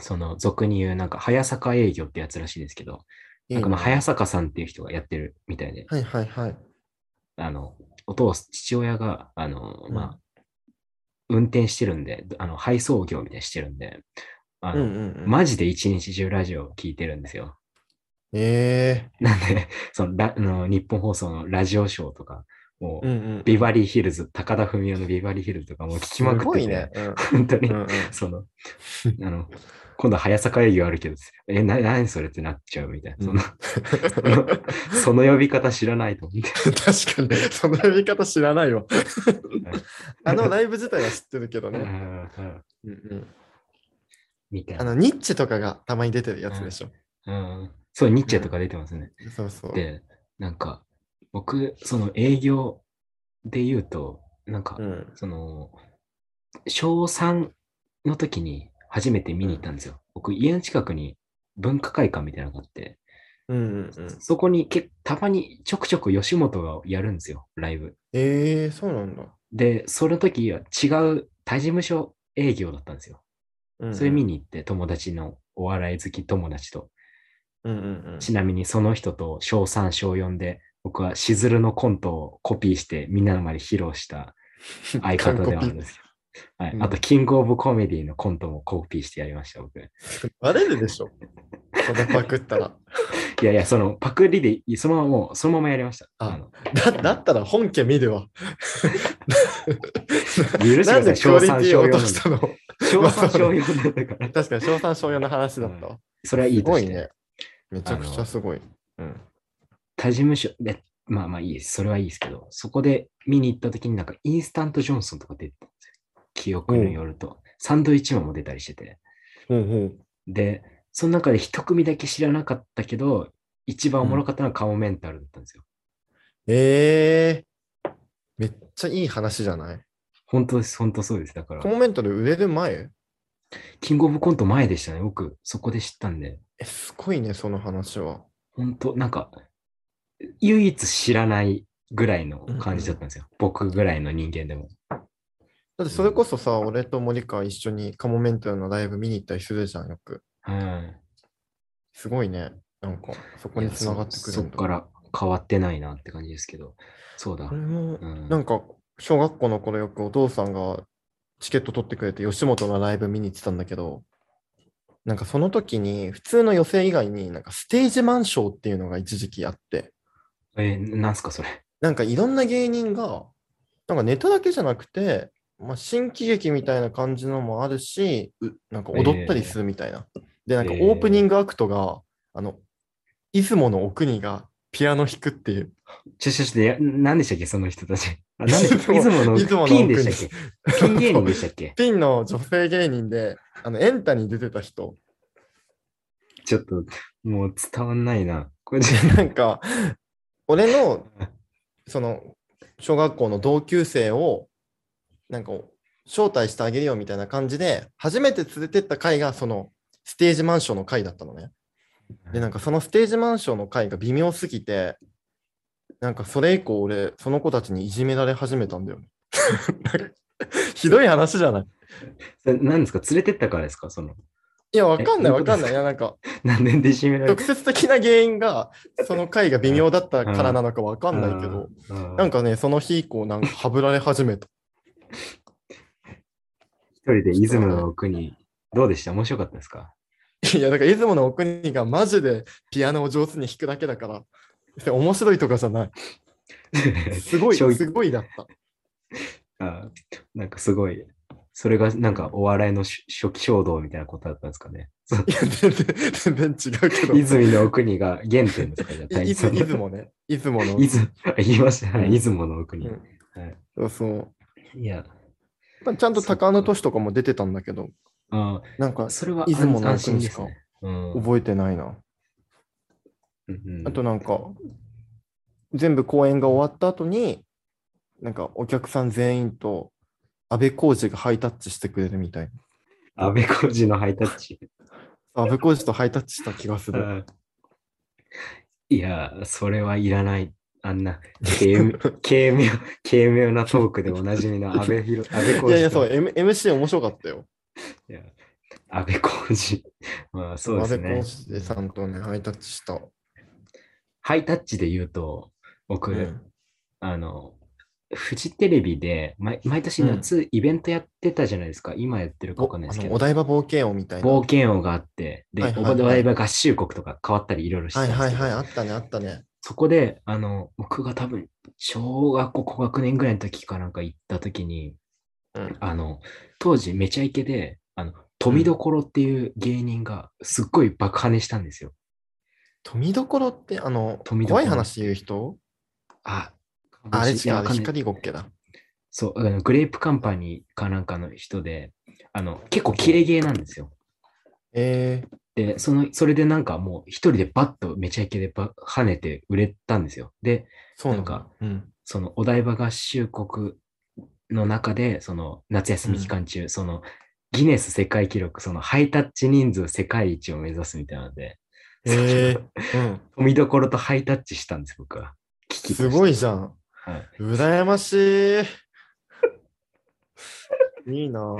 Speaker 1: その、俗に言う、なんか、早坂営業ってやつらしいですけど、
Speaker 2: いい
Speaker 1: なん
Speaker 2: ね
Speaker 1: かまあ、早坂さんっていう人がやってるみたいで、
Speaker 2: はいはいはい。
Speaker 1: あの、お父さん、父親が、あの、
Speaker 2: うん
Speaker 1: まあ、運転してるんで、あの、配送業みたいにしてるんで、あ
Speaker 2: うん
Speaker 1: の、
Speaker 2: うんうん。
Speaker 1: マジで一日中ラジオを聞いてるんですよ。
Speaker 2: え
Speaker 1: なんで、そのラあの日本放送のラジオショーとか、も
Speaker 2: え
Speaker 1: う、
Speaker 2: うんうん。
Speaker 1: ビバリーヒルズ、高田文夫のビバリーヒルズとかもう聞きまくってて、
Speaker 2: すごいね。うん
Speaker 1: 本当に、
Speaker 2: うんうん
Speaker 1: その、あの、今度早坂営業あるけど、え、な、何それってなっちゃうみたいな、その、
Speaker 2: 確
Speaker 1: その呼び方知らないと思って。
Speaker 2: かに、その呼び方知 らないわ。あのライブ自体は知ってるけど
Speaker 1: う
Speaker 2: ね。
Speaker 1: んうん
Speaker 2: うんうん
Speaker 1: みたい
Speaker 2: あ
Speaker 1: な。
Speaker 2: の、ニッチェとかがたまに出てるやつでしょ。
Speaker 1: うん、そう、ニッチェとか出てますね。
Speaker 2: そうそう。
Speaker 1: で、なんか、僕、その営業で言うと、なんか、
Speaker 2: うん。
Speaker 1: その、小3の時に初めて見に行ったんですよ。僕、家の近くに文化会館みたいなのがあって、
Speaker 2: うんうんうん。
Speaker 1: そこにけたまにちょくちょく吉本がやるんですよ、ライブ。
Speaker 2: ええ、そうなんだ。
Speaker 1: で、その時は違う他事務所営業だったんですよ。
Speaker 2: うんうん
Speaker 1: それ見。に行って、友達のお笑い好き友達と。
Speaker 2: うんうんうん。
Speaker 1: ちなみにその人と小3、小4で、僕はしずるのコントをコピーしてみんなの前で披露 した相方ではあるんですけど。はい、
Speaker 2: うん
Speaker 1: あと、キングオブコメディのコントもコピーしてやりました、僕。い
Speaker 2: バレるでしょ。それパクったら。
Speaker 1: やいや、そのパクリでいい、そのままもう、そのままやりました。
Speaker 2: あ
Speaker 1: あの
Speaker 2: だだったら本家見 るわ。
Speaker 1: 許してくだ
Speaker 2: なん
Speaker 1: さ
Speaker 2: で
Speaker 1: い、
Speaker 2: ク
Speaker 1: 小
Speaker 2: オリテ
Speaker 1: 3、
Speaker 2: ィ
Speaker 1: 小
Speaker 2: を
Speaker 1: 4
Speaker 2: 落
Speaker 1: な
Speaker 2: と
Speaker 1: んで
Speaker 2: したの
Speaker 1: 小3、小4なんだから。
Speaker 2: 確かに、小3小4の話だったわ。
Speaker 1: それはいい
Speaker 2: す
Speaker 1: と
Speaker 2: ご
Speaker 1: し
Speaker 2: い
Speaker 1: て。
Speaker 2: ね。めちゃくちゃすごい。うん。
Speaker 1: 他事務所で、まあまあいいです。それはいいですけど、そこで見に行った時になんかインスタントジョンソンとか出てたんですよ。記憶によると。サンドイッチマンも出たりしてて。
Speaker 2: ほうほう。
Speaker 1: で、その中で一組だけ知らなかったけど、一番おもろかったのはカモメンタルだったんですよ。
Speaker 2: ええめっちゃいい話じゃない
Speaker 1: 本当です、本当そうです。だから
Speaker 2: コ、メントで売れる前
Speaker 1: キングオブコント前でしたね。僕、そこで知ったんで、
Speaker 2: え、すごいね、その話は。
Speaker 1: 本当なんか、唯一知らないぐらいの感じだったんですよ。僕ぐらいの人間でも。
Speaker 2: だってそれこそさ、俺と森川一緒にカモメンタルのライブ見に行ったりするじゃん、よく。
Speaker 1: はい。
Speaker 2: すごいね。なんか、そこ
Speaker 1: い
Speaker 2: に
Speaker 1: や
Speaker 2: 繋がってく
Speaker 1: そ
Speaker 2: る
Speaker 1: そ
Speaker 2: ん
Speaker 1: っ
Speaker 2: だ。
Speaker 1: から変わってないなって感じですけど、そうだ。
Speaker 2: 俺も
Speaker 1: う、ん
Speaker 2: なんか、小学校の頃よくお父さんがチケット取ってくれて、吉本のライブ見に行ってたんだけど、なんかその時に、普通の予選以外に、なんかステージマンショーっていうのが一時期あって、
Speaker 1: えーなんすかそれ。
Speaker 2: なんかいろんな芸人が、なんかネタだけじゃなくて、まあ、新喜劇みたいな感じのもあるし、うなんか踊ったりするみたいな。で、なんかオープニングアクトが、あの、出雲のお国がピアノ弾くっていう。
Speaker 1: ちょちょちょや、何でしたっけその人た ち。あ何でし
Speaker 2: い
Speaker 1: た
Speaker 2: つ
Speaker 1: っけ
Speaker 2: も
Speaker 1: いつもの
Speaker 2: いつもの
Speaker 1: ピンでしたっけピン芸人でしたっけ
Speaker 2: ピンの女性芸人で、あの、エンタに出てた人。
Speaker 1: ちょっと、もう伝わんないな。こ れじ
Speaker 2: なんか、俺の、その、小学校の同級生を、なんか、招待してあげるよみたいな感じで、初めて連れてった回が、その、ステージマンションの回だったのね。で、なんか、そのステージマンションの回が微妙すぎて、なんか、それ以降、俺、その子たちにいじめられ始めたんだよね。 ひどい話じゃない
Speaker 1: ゃ、何ですか連れてったからですかその、
Speaker 2: いや、わかんない、
Speaker 1: え
Speaker 2: わかんない。いや、なんか、
Speaker 1: 何年で締められ
Speaker 2: 直接的な原因が、その回が微妙だったからなのかわか
Speaker 1: た
Speaker 2: んないけど、。
Speaker 1: な
Speaker 2: なんん
Speaker 1: か、
Speaker 2: かね、その日以降、なんか、はぶられ始めた。
Speaker 1: 一人でイズムの奥に、どうでした面白かったですか
Speaker 2: いや、だから、出雲のお国がマジでピアノを上手に弾くだけだから、別に面白いとかじ ゃない。すごい、
Speaker 1: 衝撃
Speaker 2: すごいだった。
Speaker 1: あなんかすごい、それがなんかお笑いの初初期衝動みたいなことだったんですかね。そう
Speaker 2: いや、全然、全然違うけど。
Speaker 1: 泉の奥国が原点ですかじゃあ
Speaker 2: い
Speaker 1: 大
Speaker 2: い
Speaker 1: 地さ
Speaker 2: つ
Speaker 1: ん
Speaker 2: 出雲ね。出雲の。
Speaker 1: いつ、言いました。は
Speaker 2: うん
Speaker 1: い、出雲の奥に。
Speaker 2: うん
Speaker 1: はい
Speaker 2: そうそう。
Speaker 1: いや、
Speaker 2: まあちゃんと高野都市とかも出てたんだけど、
Speaker 1: あ
Speaker 2: なん
Speaker 1: ー
Speaker 2: か
Speaker 1: それは
Speaker 2: 出
Speaker 1: 安
Speaker 2: 雲の奥に
Speaker 1: 安心で
Speaker 2: し
Speaker 1: す
Speaker 2: か
Speaker 1: ね。うん
Speaker 2: 覚えてないな。
Speaker 1: うんうん
Speaker 2: あとなんか、全部公演が終わった後に、なんかお客さん全員と安倍浩二がハイタッチしてくれるみたい
Speaker 1: 安倍浩二のハイタッチ。
Speaker 2: な。安倍浩二とハイタッチした気がす
Speaker 1: う
Speaker 2: る。
Speaker 1: んいや、それはいらない。あんな軽 軽妙、軽妙なトークでおなじみの安倍博、安倍浩二と。
Speaker 2: いやいや、そう、M、MC 面白かったよ。
Speaker 1: いや安倍浩二。まあそうで
Speaker 2: 安
Speaker 1: す
Speaker 2: 倍
Speaker 1: ね。
Speaker 2: 浩二さんとね、ハイタッチした。
Speaker 1: ハイタッチで言うと、僕、
Speaker 2: うん
Speaker 1: あの、フジテレビで毎毎年夏イベントやってたじゃないですか。今やってるか
Speaker 2: お
Speaker 1: わかんないで
Speaker 2: あ
Speaker 1: すけ
Speaker 2: の
Speaker 1: ど。
Speaker 2: お台場冒険王みたいな。
Speaker 1: 冒険王があって、で、
Speaker 2: はいはい
Speaker 1: お
Speaker 2: はい
Speaker 1: 台場合合衆国とか変わったりいろいろしてた
Speaker 2: は
Speaker 1: ん
Speaker 2: い
Speaker 1: ですけど、
Speaker 2: はいはい、あったね、あったね。
Speaker 1: そこで、あの、僕が多分、小学校高学年ぐらいの時かなんか行った時に、
Speaker 2: うん
Speaker 1: あの、当時めちゃイケで、あの、富所っていう芸人がすっごい爆跳ねしたんですよ。
Speaker 2: 富所って、あの、
Speaker 1: 富所
Speaker 2: 怖い話言う人
Speaker 1: あ、
Speaker 2: あれ違う、あ
Speaker 1: わ
Speaker 2: れ
Speaker 1: かんない
Speaker 2: 光ごっけだ。
Speaker 1: そう、あのグレープカンパニーかなんかの人で、あの、結構キレゲーなんですよ。
Speaker 2: え
Speaker 1: で、その、それでなんかもう一人でバッとめちゃイケでば跳ねて売れたんですよ。で、
Speaker 2: ー、そうなん
Speaker 1: な
Speaker 2: だ
Speaker 1: んか。
Speaker 2: うん。
Speaker 1: そのお台場合衆国の中で、その夏休み期間中、そのギネス世界記録、そのハイタッチ人数世界一を目指すみたいなので、
Speaker 2: え
Speaker 1: その
Speaker 2: ー、うん。
Speaker 1: 見どころとハイタッチしたんです、僕は。危機として
Speaker 2: すごいじゃん。
Speaker 1: はい。
Speaker 2: 羨ましい。いいな。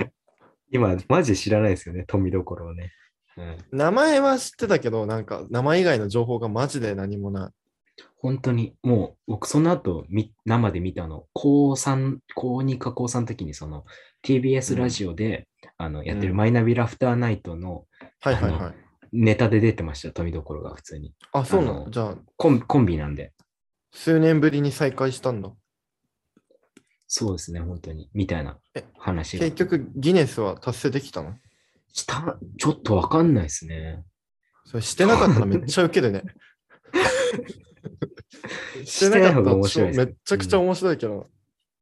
Speaker 1: 今、マジ知らないですよね、富どころをね。うん、
Speaker 2: 名前は知ってたけど、なんか名前以外の情報がマジで何もな
Speaker 1: 本当に、もう、僕、その後、み生で見たの、高3、高2か高3の時に、その、TBS ラジオで、あの、やって
Speaker 2: う
Speaker 1: る
Speaker 2: ん
Speaker 1: マイナビラフターナイトの
Speaker 2: い。はいはいはい。
Speaker 1: ネタで出てました、富どころが普通に。
Speaker 2: あ、そうな
Speaker 1: あ
Speaker 2: の
Speaker 1: の
Speaker 2: じゃあ、
Speaker 1: コンコンビなんで。
Speaker 2: 数年ぶりに再会したんだ。
Speaker 1: そうですね、本当に。みたいな
Speaker 2: え
Speaker 1: 話が
Speaker 2: 結。局、ギネスは達成できたの
Speaker 1: したちょっとわかんないですね。
Speaker 2: それしてなかった らめっちゃウケるね。
Speaker 1: してない方が面白いです
Speaker 2: めっちゃくちゃ面白いけど。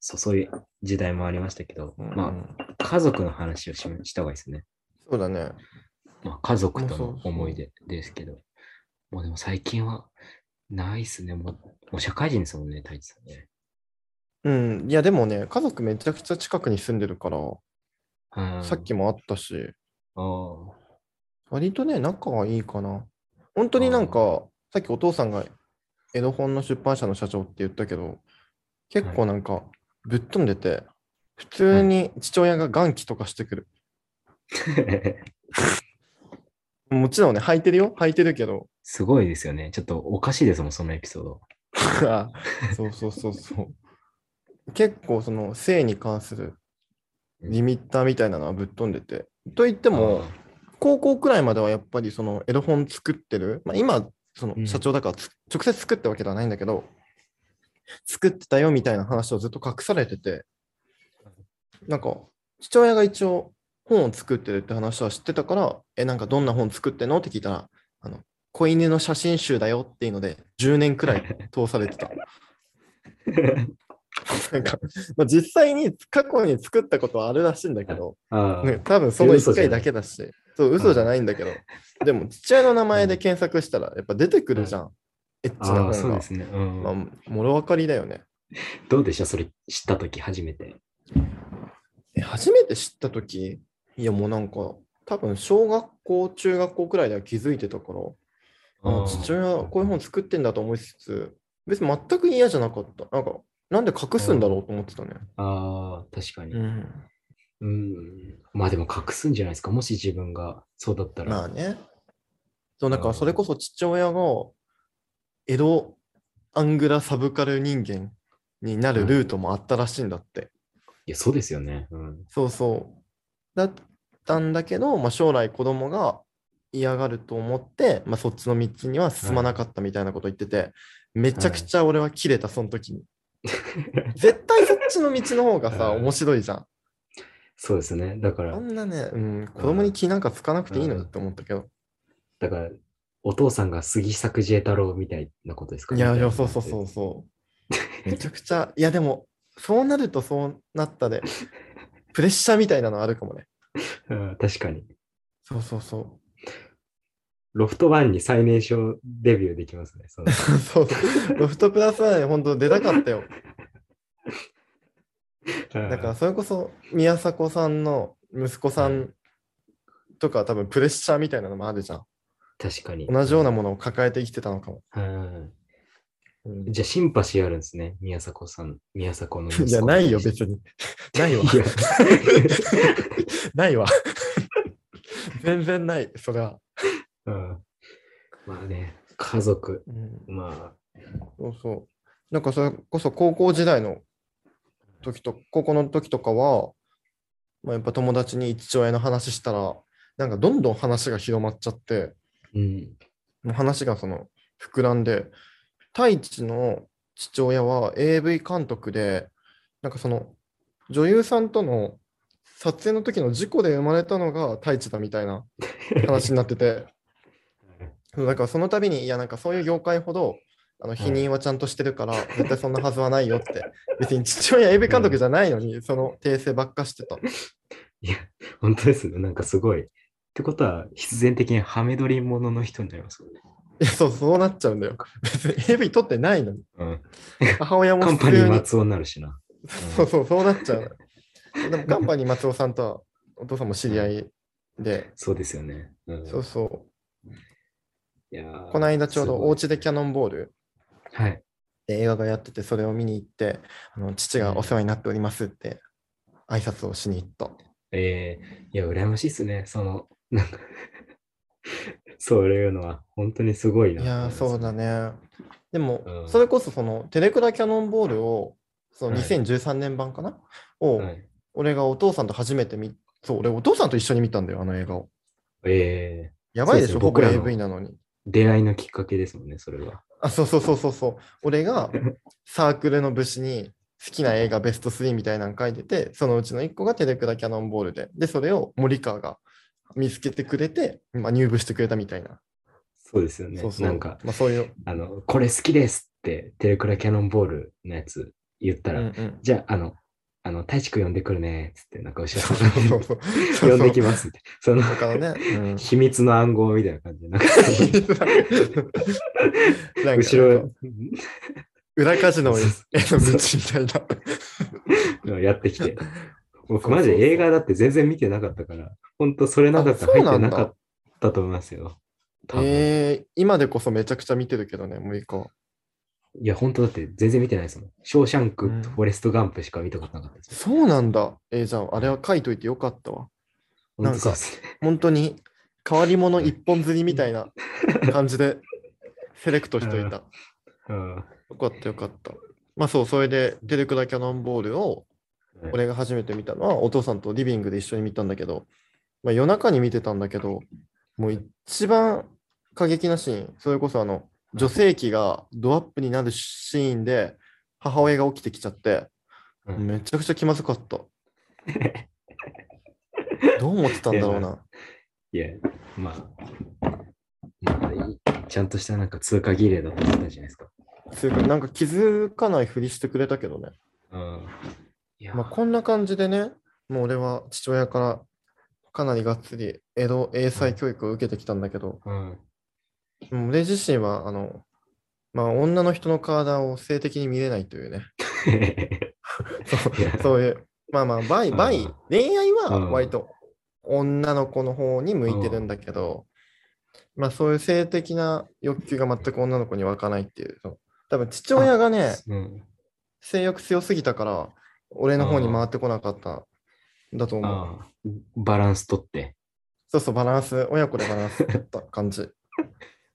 Speaker 1: そうそういう時代もありましたけど、
Speaker 2: うん
Speaker 1: まあ、家族の話をしした方がいいですね。
Speaker 2: そうだね。
Speaker 1: まあ、家族と
Speaker 2: もうそう
Speaker 1: の
Speaker 2: そう
Speaker 1: 思い出ですけど。もうでも最近はないですね。もうもう社会人ですもんね、太一さんね。
Speaker 2: うん。いや、でもね、家族めちゃくちゃ近くに住んでるから、
Speaker 1: うん
Speaker 2: さっ。きもあったし、
Speaker 1: あー
Speaker 2: 割とね、仲がいいかな。本当になんか、さっきお父さんが江戸本の出版社の社長って言ったけど、結構なんか、ぶっ飛んでて、普通に父親が元気とかしてくる。もちろんね、履いてるよ。履いてるけど。
Speaker 1: すごいですよね。ちょっとおかしいですもん、そのエピソード。
Speaker 2: あそうそうそうそう。結構その性に関するリミッターみたいなのはぶっ飛んでて。と言っ
Speaker 1: で
Speaker 2: ても、高校くらいまではやっぱりそのエロ本作ってる、まあ、今その
Speaker 1: うん
Speaker 2: 社長だからつ、直接作ったわけではないんだけど作ってたよみたいな話をずっと隠されててなんか父親が一応本を作ってるって話は知ってたからえなんかどんな本作ってんのって聞いたらあの子犬の写真集だよっていうので10年くらい通されて たなんか、まあ、実際に過去に作ったことはあるらしいんだけど
Speaker 1: あ
Speaker 2: ね
Speaker 1: ー、
Speaker 2: 多分その1回だけだし、そう、嘘じゃないんだけど、でも、父親の名前で検索したら、やっぱ出てくるじゃん。エッチな
Speaker 1: あー、
Speaker 2: 本
Speaker 1: そう
Speaker 2: が
Speaker 1: で。すね。うん
Speaker 2: まあ、もろわかりだよね。
Speaker 1: どうでしたそれ知ったとき初めて。
Speaker 2: え初めて知ったとき、いやもうなんか、多分小学校、中学校くらいでは気づいてたから、あ父親はこういう本作ってんだと思いつつ、別に全く嫌じゃなかった。なんか、なんで隠すんだろうと思ってたね。
Speaker 1: ああ、確かに、
Speaker 2: う
Speaker 1: うん。
Speaker 2: ん。
Speaker 1: まあでも隠すんじゃないですか。もし自分がそうだったら。
Speaker 2: まあね。そう、なんかそれこそ父親が江戸アングラサブカル人間になるルートもあったらしいんだって。
Speaker 1: いや、そうですよね。うん。
Speaker 2: そうそう。だったんだけど、まあ、将来子供が嫌がると思って、まあ、そっちの道には進まなかったみたいなこと言ってて、めちゃくちゃ俺は切れた、その時に。絶対そっちの道の方がさ、
Speaker 1: はい
Speaker 2: 面白いじゃん。
Speaker 1: そうですね。だから
Speaker 2: そ、んなね、うん、子供に気なんかつかなくていいのにって思ったけど。
Speaker 1: だから、お父さんが杉作慈恵太郎みたいなことですか
Speaker 2: いや、いや、そうそうそうそう。めちゃくちゃ、いや、でも、そうなるとそうなった で、プレッシャーみたいなのあるかもね。
Speaker 1: う。うん確かに。
Speaker 2: そうそうそ
Speaker 1: ロフトワンに最年少デビューできますね。その
Speaker 2: う。そうそうロフトプラスワン、本当出たかったよ。 だから、それこそ、宮迫さんの息子さんとか、多分プレッシャーみたいなのもあるじゃん。
Speaker 1: 確かに。
Speaker 2: 同じようなものを抱えて生きてたのかも。
Speaker 1: うん
Speaker 2: うん
Speaker 1: じゃあ、シンパシーあるんですね。宮迫さん、宮迫の息子
Speaker 2: いや、ないよ、別に。 ないわ。
Speaker 1: い や
Speaker 2: ないわ。 全然ない、それは。
Speaker 1: うんまあね、家族。
Speaker 2: うん、
Speaker 1: ま
Speaker 2: そうそう。なんかそれこそ高校時代の時と、高校の時とかは、まあ、やっぱ友達に父親の話したら、なんかどんどん話が広まっちゃって、
Speaker 1: あ、うん。
Speaker 2: もう話がその膨らんで、太一の父親は AV 監督で、なんかその女優さんとの撮影の時の事故で生まれたのが太一だみたいな話になってて、そうだからその度に、いやなんかそういう業界ほど、あの否認はちゃんとしてるから、絶対そんなはずはないよって、別に父親 AV 監督じゃないのに、その訂正ばっかしてた。
Speaker 1: いや、 本当ですね。なんかすごい。ってことは、必然的にハメ撮りものの人になりますよね。
Speaker 2: いやそう、そうなっちゃうんだよ。別に AV 撮ってないのに、
Speaker 1: うん。
Speaker 2: 母親も
Speaker 1: カンパ
Speaker 2: 普
Speaker 1: ニ
Speaker 2: 通
Speaker 1: ー
Speaker 2: に
Speaker 1: 松尾になるしな。
Speaker 2: そうそう、そうなっちゃうの。でも、ガンパに松尾さんとはお父さんも知り合いで、
Speaker 1: そうですよね。うん、
Speaker 2: そうそ
Speaker 1: いやー
Speaker 2: う、この間ちょうどお
Speaker 1: す
Speaker 2: 家でキャノンボール
Speaker 1: ごいはい。
Speaker 2: で映画がやってて、それを見に行って、あの父がお世話になっておりますって、挨拶をしに行った。
Speaker 1: えー、いや、羨ましいっすね。その、なんか、 そういうのは、本当にすごいな。
Speaker 2: いやー、そうだ。ね。でも
Speaker 1: う、ん
Speaker 2: それこそその、テレクラキャノンボールを、その
Speaker 1: はい
Speaker 2: 2013年版かな、を、
Speaker 1: はい、
Speaker 2: 俺がお父さんと初めて見、そう、俺お父さんと一緒に見たんだよ、あの映画を。
Speaker 1: え
Speaker 2: やばいでし
Speaker 1: そうですね
Speaker 2: ょ、ほぼ
Speaker 1: 僕らの
Speaker 2: AV なのに。
Speaker 1: ー、出会いのきっかけですもんね、それは。
Speaker 2: あ、そうそうそうそうそう。俺がサークルの部誌に好きな映画ベスト3みたいなの書いてて、そのうちの1個がテレクラキャノンボールで、で、それを森川が見つけてくれて、まあ、入部してくれたみたいな。
Speaker 1: そうですよね。
Speaker 2: そうそう。
Speaker 1: なんか、
Speaker 2: まあ、そういう。
Speaker 1: あの、これ好きですって、テレクラキャノンボールのやつ言った
Speaker 2: うん
Speaker 1: ら、
Speaker 2: うん。
Speaker 1: じゃあ、あの、あの、太地区呼んでくるね、つって、なんか後ろ
Speaker 2: そう
Speaker 1: から
Speaker 2: そうそう。
Speaker 1: 呼んできますって。その、
Speaker 2: だからね。 うん
Speaker 1: 秘密の暗号みたいな感じで、なんか、
Speaker 2: なんか
Speaker 1: 後ろ、
Speaker 2: 裏カジノへの道みたいな。
Speaker 1: やってき て。僕、マジで映画だって全然見てなかったから、本当それなかったら入
Speaker 2: あ
Speaker 1: っ
Speaker 2: そ
Speaker 1: て
Speaker 2: うなんだ
Speaker 1: なかったと思いますよ。 多分
Speaker 2: えー、今でこそめちゃくちゃ見てるけどね、6日。
Speaker 1: いや、本当だって全然見てないですもん。ショーシャンク
Speaker 2: うん
Speaker 1: とフォレストガンプしか見たことなかったです。
Speaker 2: そうなんだ。えー、じゃあ、あれは書いといてよかったわ。
Speaker 1: 本当そうですね。
Speaker 2: 本当に変わり者一本釣りみたいな感じでセレクトしといた。
Speaker 1: うん
Speaker 2: よかったよかった。まあそう、それでテレクラキャノンボールを
Speaker 1: はい
Speaker 2: 俺が初めて見たのはお父さんとリビングで一緒に見たんだけど、まあ、夜中に見てたんだけど、もう一番過激なシーン、それこそあの女性器がドアップになるシーンで母親が起きてきちゃって、
Speaker 1: うん
Speaker 2: めちゃくちゃ気まず かった。どう思ってたんだろうな。
Speaker 1: いや、まあ、まあいいちゃんとしたなんか通過儀礼だと思ったんじゃないですか。
Speaker 2: そういうかなんか気づかないふりしてくれたけどね。
Speaker 1: うん。いや、
Speaker 2: まあ、こんな感じでね、もう俺は父親からかなりがっつり江戸英才教育を受けてきたんだけど、
Speaker 1: うん。
Speaker 2: もう俺自身は、あの、まあ、女の人の体を性的に見れない というね、そう
Speaker 1: いや
Speaker 2: そういう、まあまあ、バイ、
Speaker 1: うん
Speaker 2: バイ、恋愛は
Speaker 1: うん
Speaker 2: 割と女の子の方に向いてるんだけど、まあ、そういう性的な欲求が全く女の子に湧かないっていう、そう多分父親がね、
Speaker 1: うん、
Speaker 2: 性欲強すぎたから、俺の方に回ってこなかったんだと思う。
Speaker 1: ああバランスとって。
Speaker 2: そうそう、バランス、親子でバランス取った感じ。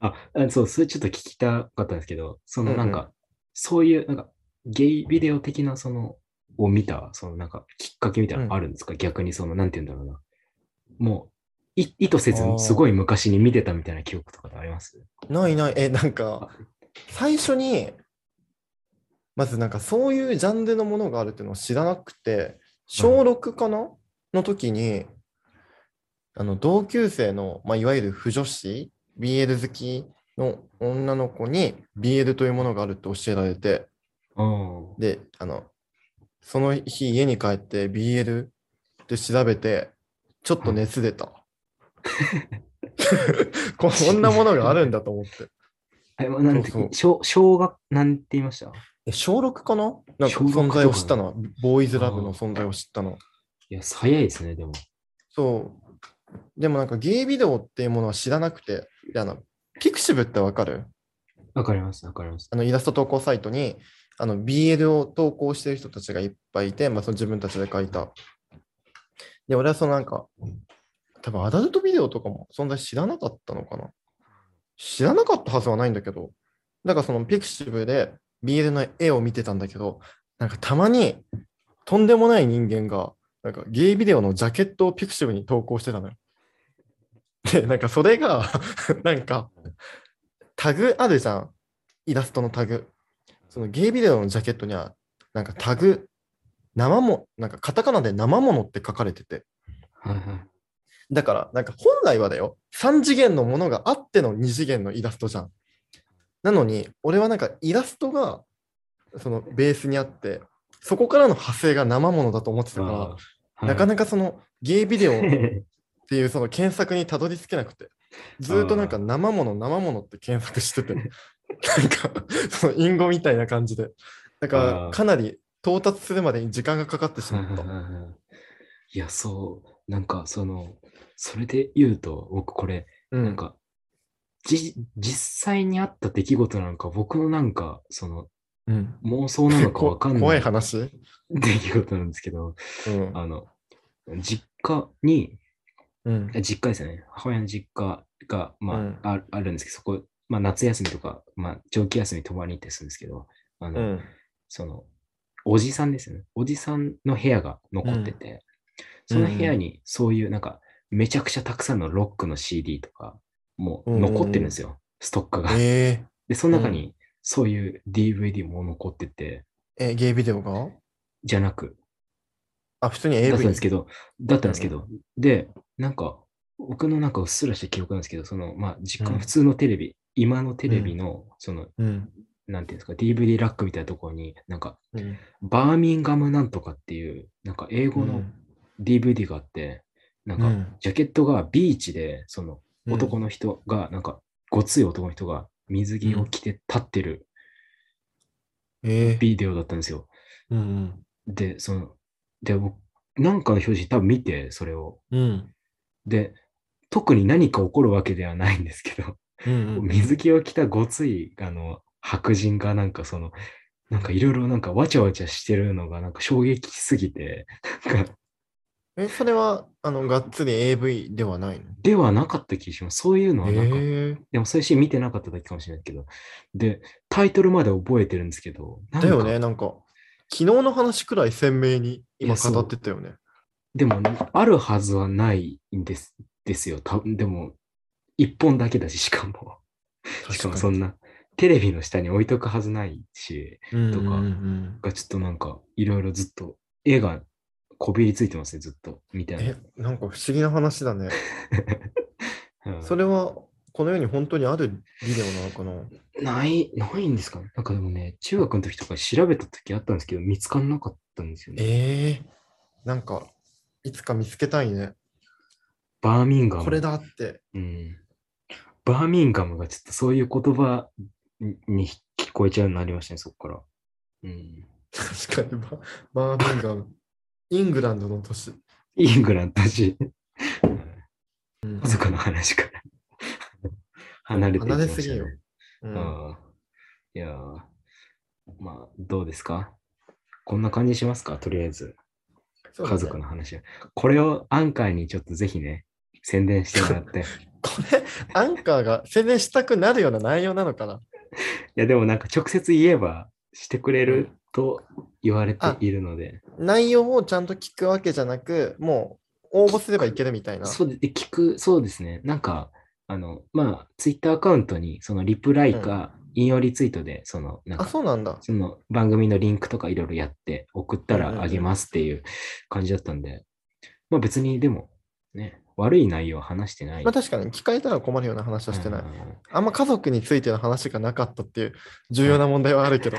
Speaker 1: あ、あそう、それちょっと聞きたかったんですけど、そのなんか、
Speaker 2: うん
Speaker 1: そういう、なんか、ゲイビデオ的な、その、を見た、そのなんか、きっかけみたいなのあるんですか、逆に、その、なんて言うんだろうな。もう、い意図せず
Speaker 2: あー、
Speaker 1: すごい昔に見てたみたいな記憶とかってあります
Speaker 2: ないない、え、なんか、最初に、まずなんかそういうジャンルのものがあるっていうのを知らなくて、小6かな、の時に、あの同級生の、まあ、いわゆる腐女子、BL 好きの女の子に BL というものがあるって教えられて、
Speaker 1: うん。
Speaker 2: で、あの、その日家に帰って BL って調べて、ちょっと熱出 た。ここんなものがあるんだと思って。
Speaker 1: え、まあ、なんて
Speaker 2: そうそ
Speaker 1: 小、
Speaker 2: う
Speaker 1: 小学、なんて言いました
Speaker 2: え、小6かななんか
Speaker 1: 小六
Speaker 2: 存在を知ったのは、ボーイズラブの存在を知ったのは。
Speaker 1: いや、早いですね、でも。
Speaker 2: そう。でもなんかゲイビデオっていうものは知らなくて、であのピクシブってわかる
Speaker 1: わかります、わかります。
Speaker 2: あのイラスト投稿サイトにあの BL を投稿してる人たちがいっぱいいて、まあ、その自分たちで書いた。で、俺はそのなんか、多分アダルトビデオとかも存在知らなかったのかな。知らなかったはずはないんだけど、だからそのピクシブで BL の絵を見てたんだけど、なんかたまにとんでもない人間が、なんかゲイビデオのジャケットをピクシブに投稿してたのよ。で、なんかそれが、 なんか、タグあるじゃん。イラストのタグ。そのゲイビデオのジャケットには、なんかタグ、生も、なんかカタカナで生ものって書かれてて。
Speaker 1: はいはい。
Speaker 2: だから、なんか本来はだよ、3次元のものがあっての2次元のイラストじゃん。なのに、俺はなんかイラストが、そのベースにあって、そこからの派生が生ものだと思ってたか
Speaker 1: ああ
Speaker 2: ら、なか
Speaker 1: な
Speaker 2: なかそのゲイ ビデオっ
Speaker 1: か。
Speaker 2: ていうその検索にたどり着けなくて、ずーっとなんか生もの生ものって検索してて、なんかその隠語みたいな感じで、だか
Speaker 1: あー
Speaker 2: らかなり到達するまでに時間がかかってしま
Speaker 1: はい
Speaker 2: っ
Speaker 1: はい
Speaker 2: た。
Speaker 1: はいはいいや、そう、なんかその、それで言うと、僕これ、
Speaker 2: う
Speaker 1: なん
Speaker 2: ん、
Speaker 1: か、じ実際にあった出来事なのか、僕のなんか、その
Speaker 2: うん
Speaker 1: 妄想なのかわ
Speaker 2: こ
Speaker 1: かん
Speaker 2: 怖
Speaker 1: ないい
Speaker 2: 話、うん
Speaker 1: 出来事なんですけど、あの、実家に、
Speaker 2: うん
Speaker 1: 実家ですよね、母親の実家が、まあ、
Speaker 2: うん
Speaker 1: ああるんですけど、そこ、まあ、夏休みとか、まあ、長期休み泊まりに行ってするんですけど、あ
Speaker 2: う
Speaker 1: の、
Speaker 2: ん
Speaker 1: その、おじさんですよね。おじさんの部屋が残ってて、その部屋にそういうなんか、めちゃくちゃたくさんのロックの CD とか、もう残ってるんですよ、ストックが。
Speaker 2: え
Speaker 1: で、その中にそういう DVD も残ってて、
Speaker 2: ー、えゲイビデオが
Speaker 1: じゃなく、
Speaker 2: あ、普通に
Speaker 1: だ
Speaker 2: AV。
Speaker 1: ったんですけど、だったんですけど、で、なんか、僕のなんかうっすらした記憶なんですけど、その、まあ、実家
Speaker 2: う
Speaker 1: の
Speaker 2: ん
Speaker 1: 普通のテレビ、今のテレビの、その、
Speaker 2: うん
Speaker 1: なんていうんですか、DVD ラックみたいなところに、なんか、
Speaker 2: うん
Speaker 1: バーミンガムなんとかっていう、なんか英語の DVD があって、なん
Speaker 2: う
Speaker 1: か、
Speaker 2: ん
Speaker 1: ジャケットがビーチで、その
Speaker 2: うん
Speaker 1: 男の人が、なんか、ごつい男の人が水着を着て立ってる
Speaker 2: えー
Speaker 1: ビデオだったんですよ。
Speaker 2: うん
Speaker 1: で、その、で、僕、なんかの表紙多分見て、それを。
Speaker 2: うんうん
Speaker 1: で、特に何か起こるわけではないんですけど、
Speaker 2: うんうん
Speaker 1: 水着を着たごつい、あの、白人がなんかその、なんかいろいろなんかわちゃわちゃしてるのがなんか衝撃すぎて、なんか
Speaker 2: え、それは、あの、がっつり AV ではないの
Speaker 1: ではなかった気がします。そういうのはなんか、
Speaker 2: え
Speaker 1: でもそういうシーン見てなかっただけかもしれないけど。で、タイトルまで覚えてるんですけど。な
Speaker 2: ー、
Speaker 1: んか
Speaker 2: だよね、。なんか、昨日の話くらい鮮明に
Speaker 1: い
Speaker 2: 今
Speaker 1: やそう
Speaker 2: 語ってたよね。
Speaker 1: でも、あるはずはないんですですよ。たでも、一本だけだし、しかも。しかもそんな、テレビの下に置いとくはずないし、
Speaker 2: うん
Speaker 1: とか
Speaker 2: うんうん
Speaker 1: がちょっとなんか、いろいろずっと、絵がこびりついてますね、ずっと。みたい
Speaker 2: え
Speaker 1: な。、
Speaker 2: なんか不思議な話だね。
Speaker 1: うん
Speaker 2: それは、この世に本当にあるビデオなのかな
Speaker 1: ない、ないんですかね。なんかでもね、中学の時とか調べた時あったんですけど、見つからなかったんですよね。
Speaker 2: ええなんか、いつか見つけたいね。
Speaker 1: バーミンガム。
Speaker 2: これだって。
Speaker 1: うんバーミンガムがちょっとそういう言葉にに聞こえちゃうようになりましたね、そこから。うん、
Speaker 2: 確かにバ、バーミンガ ム。イングランドの都市。
Speaker 1: イングランド 人、
Speaker 2: うん
Speaker 1: 家族の話から 離れていきました、ね。
Speaker 2: 離れすぎようん
Speaker 1: ああいやーまあ、どうですかこんな感じしますかとりあえず、
Speaker 2: そうだね
Speaker 1: 家族の話。これをアンカーにちょっとぜひね、宣伝してもら って。い
Speaker 2: これ、アンカーが宣伝したくなるような内容なのかな
Speaker 1: や、でもなんか直接言えばしてくれると言われているので。
Speaker 2: 内容をちゃんと聞くわけじゃなく、もう応募すればいけるみたいな。
Speaker 1: そうで、で聞く、そうですね。なんか、あの、まあ、ツイッターアカウントに、そのリプライか、引用リツイートで、その、なん
Speaker 2: あ、
Speaker 1: か、
Speaker 2: そうなんだ。
Speaker 1: その番組のリンクとかいろいろやって、送った
Speaker 2: うんうんう
Speaker 1: ら
Speaker 2: ん
Speaker 1: あげますっていう感じだったんで、まあ別にでも、ね、悪い内容は話してない。
Speaker 2: まあ確かに聞かれたら困るような話はしてない。
Speaker 1: うん
Speaker 2: あんま家族についての話がなかったっていう重要な問題はある けど。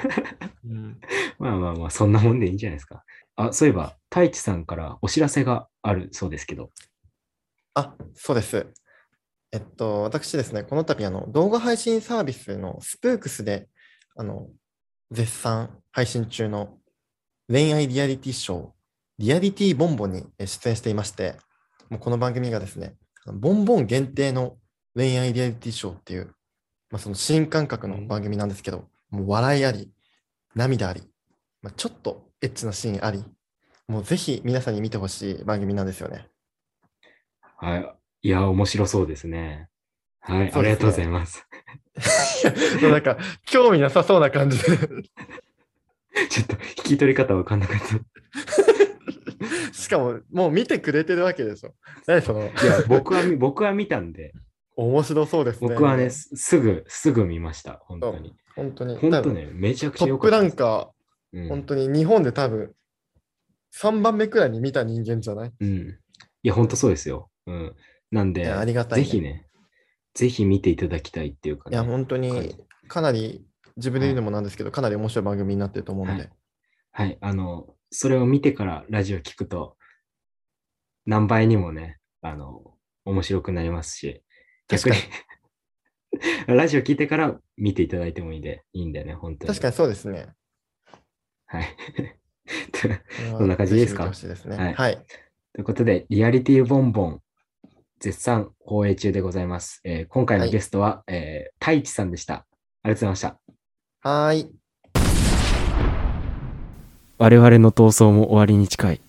Speaker 2: うん、
Speaker 1: まあまあまあ、そんなもんでいいんじゃないですか。あ、そういえば、太一さんからお知らせがあるそうですけど。
Speaker 2: あ、そうです。えっと、私ですね、この度あの動画配信サービスのスプークスであの絶賛配信中の恋愛リアリティショー、リアリティボンボンにえ出演していまして、もうこの番組がですね、あのボンボン限定の恋愛リアリティショーっていう、まあ、その新感覚の番組なんですけど、もう笑いあり、涙あり、まあ、ちょっとエッチなシーンあり、もうぜひ皆さんに見てほしい番組なんですよね。
Speaker 1: はい。いや、面白そうですね。はい、
Speaker 2: そ
Speaker 1: あ
Speaker 2: う
Speaker 1: り
Speaker 2: ですね
Speaker 1: がとうございます。
Speaker 2: そう なんか、興味なさそうな感じで。
Speaker 1: ちょっと、引き取り方わかんなかった。
Speaker 2: しかも、もう見てくれてるわけでしょ。何その、
Speaker 1: いや、僕は見、僕は見たんで、
Speaker 2: 面白そうですね。
Speaker 1: 僕はね、すすぐ、すぐ見ました。本当に。
Speaker 2: 本当に。
Speaker 1: 本当
Speaker 2: 多分
Speaker 1: ね、めちゃくち
Speaker 2: ト
Speaker 1: ゃ良
Speaker 2: ッ
Speaker 1: かっ
Speaker 2: プ
Speaker 1: た
Speaker 2: ラ
Speaker 1: で
Speaker 2: ン
Speaker 1: す。
Speaker 2: カー、本当に日本で多分、3番目くらいに見た人間じゃない
Speaker 1: うん。うん。いや、本当そうですよ。うん。なんで、
Speaker 2: いやありがたい
Speaker 1: ぜ
Speaker 2: ね
Speaker 1: ひね、ぜひ見ていただきたいっていうか
Speaker 2: い
Speaker 1: ね。
Speaker 2: や、本当
Speaker 1: 感
Speaker 2: に
Speaker 1: じ、
Speaker 2: かなり、自分で言うのもなんですけど、かなり面白い番組になってると思うの
Speaker 1: は
Speaker 2: で
Speaker 1: い。はい、あの、それを見てからラジオ聞くと、何倍にもね、あの、面白くなりますし、逆に ラジオ聞いてから見ていただいてもいいんで、いいんだよね、本当に。
Speaker 2: 確かにそうで すね。
Speaker 1: はい。
Speaker 2: そ
Speaker 1: んな感じでいいですかは
Speaker 2: はいい。はい
Speaker 1: ということで、リアリティボンボン、絶賛放映中でございます。えー今回の
Speaker 2: はい
Speaker 1: ゲストは、えー、太一さんでした。ありがとうございました。
Speaker 2: はーい。
Speaker 1: 我々の闘争も終わりに近い。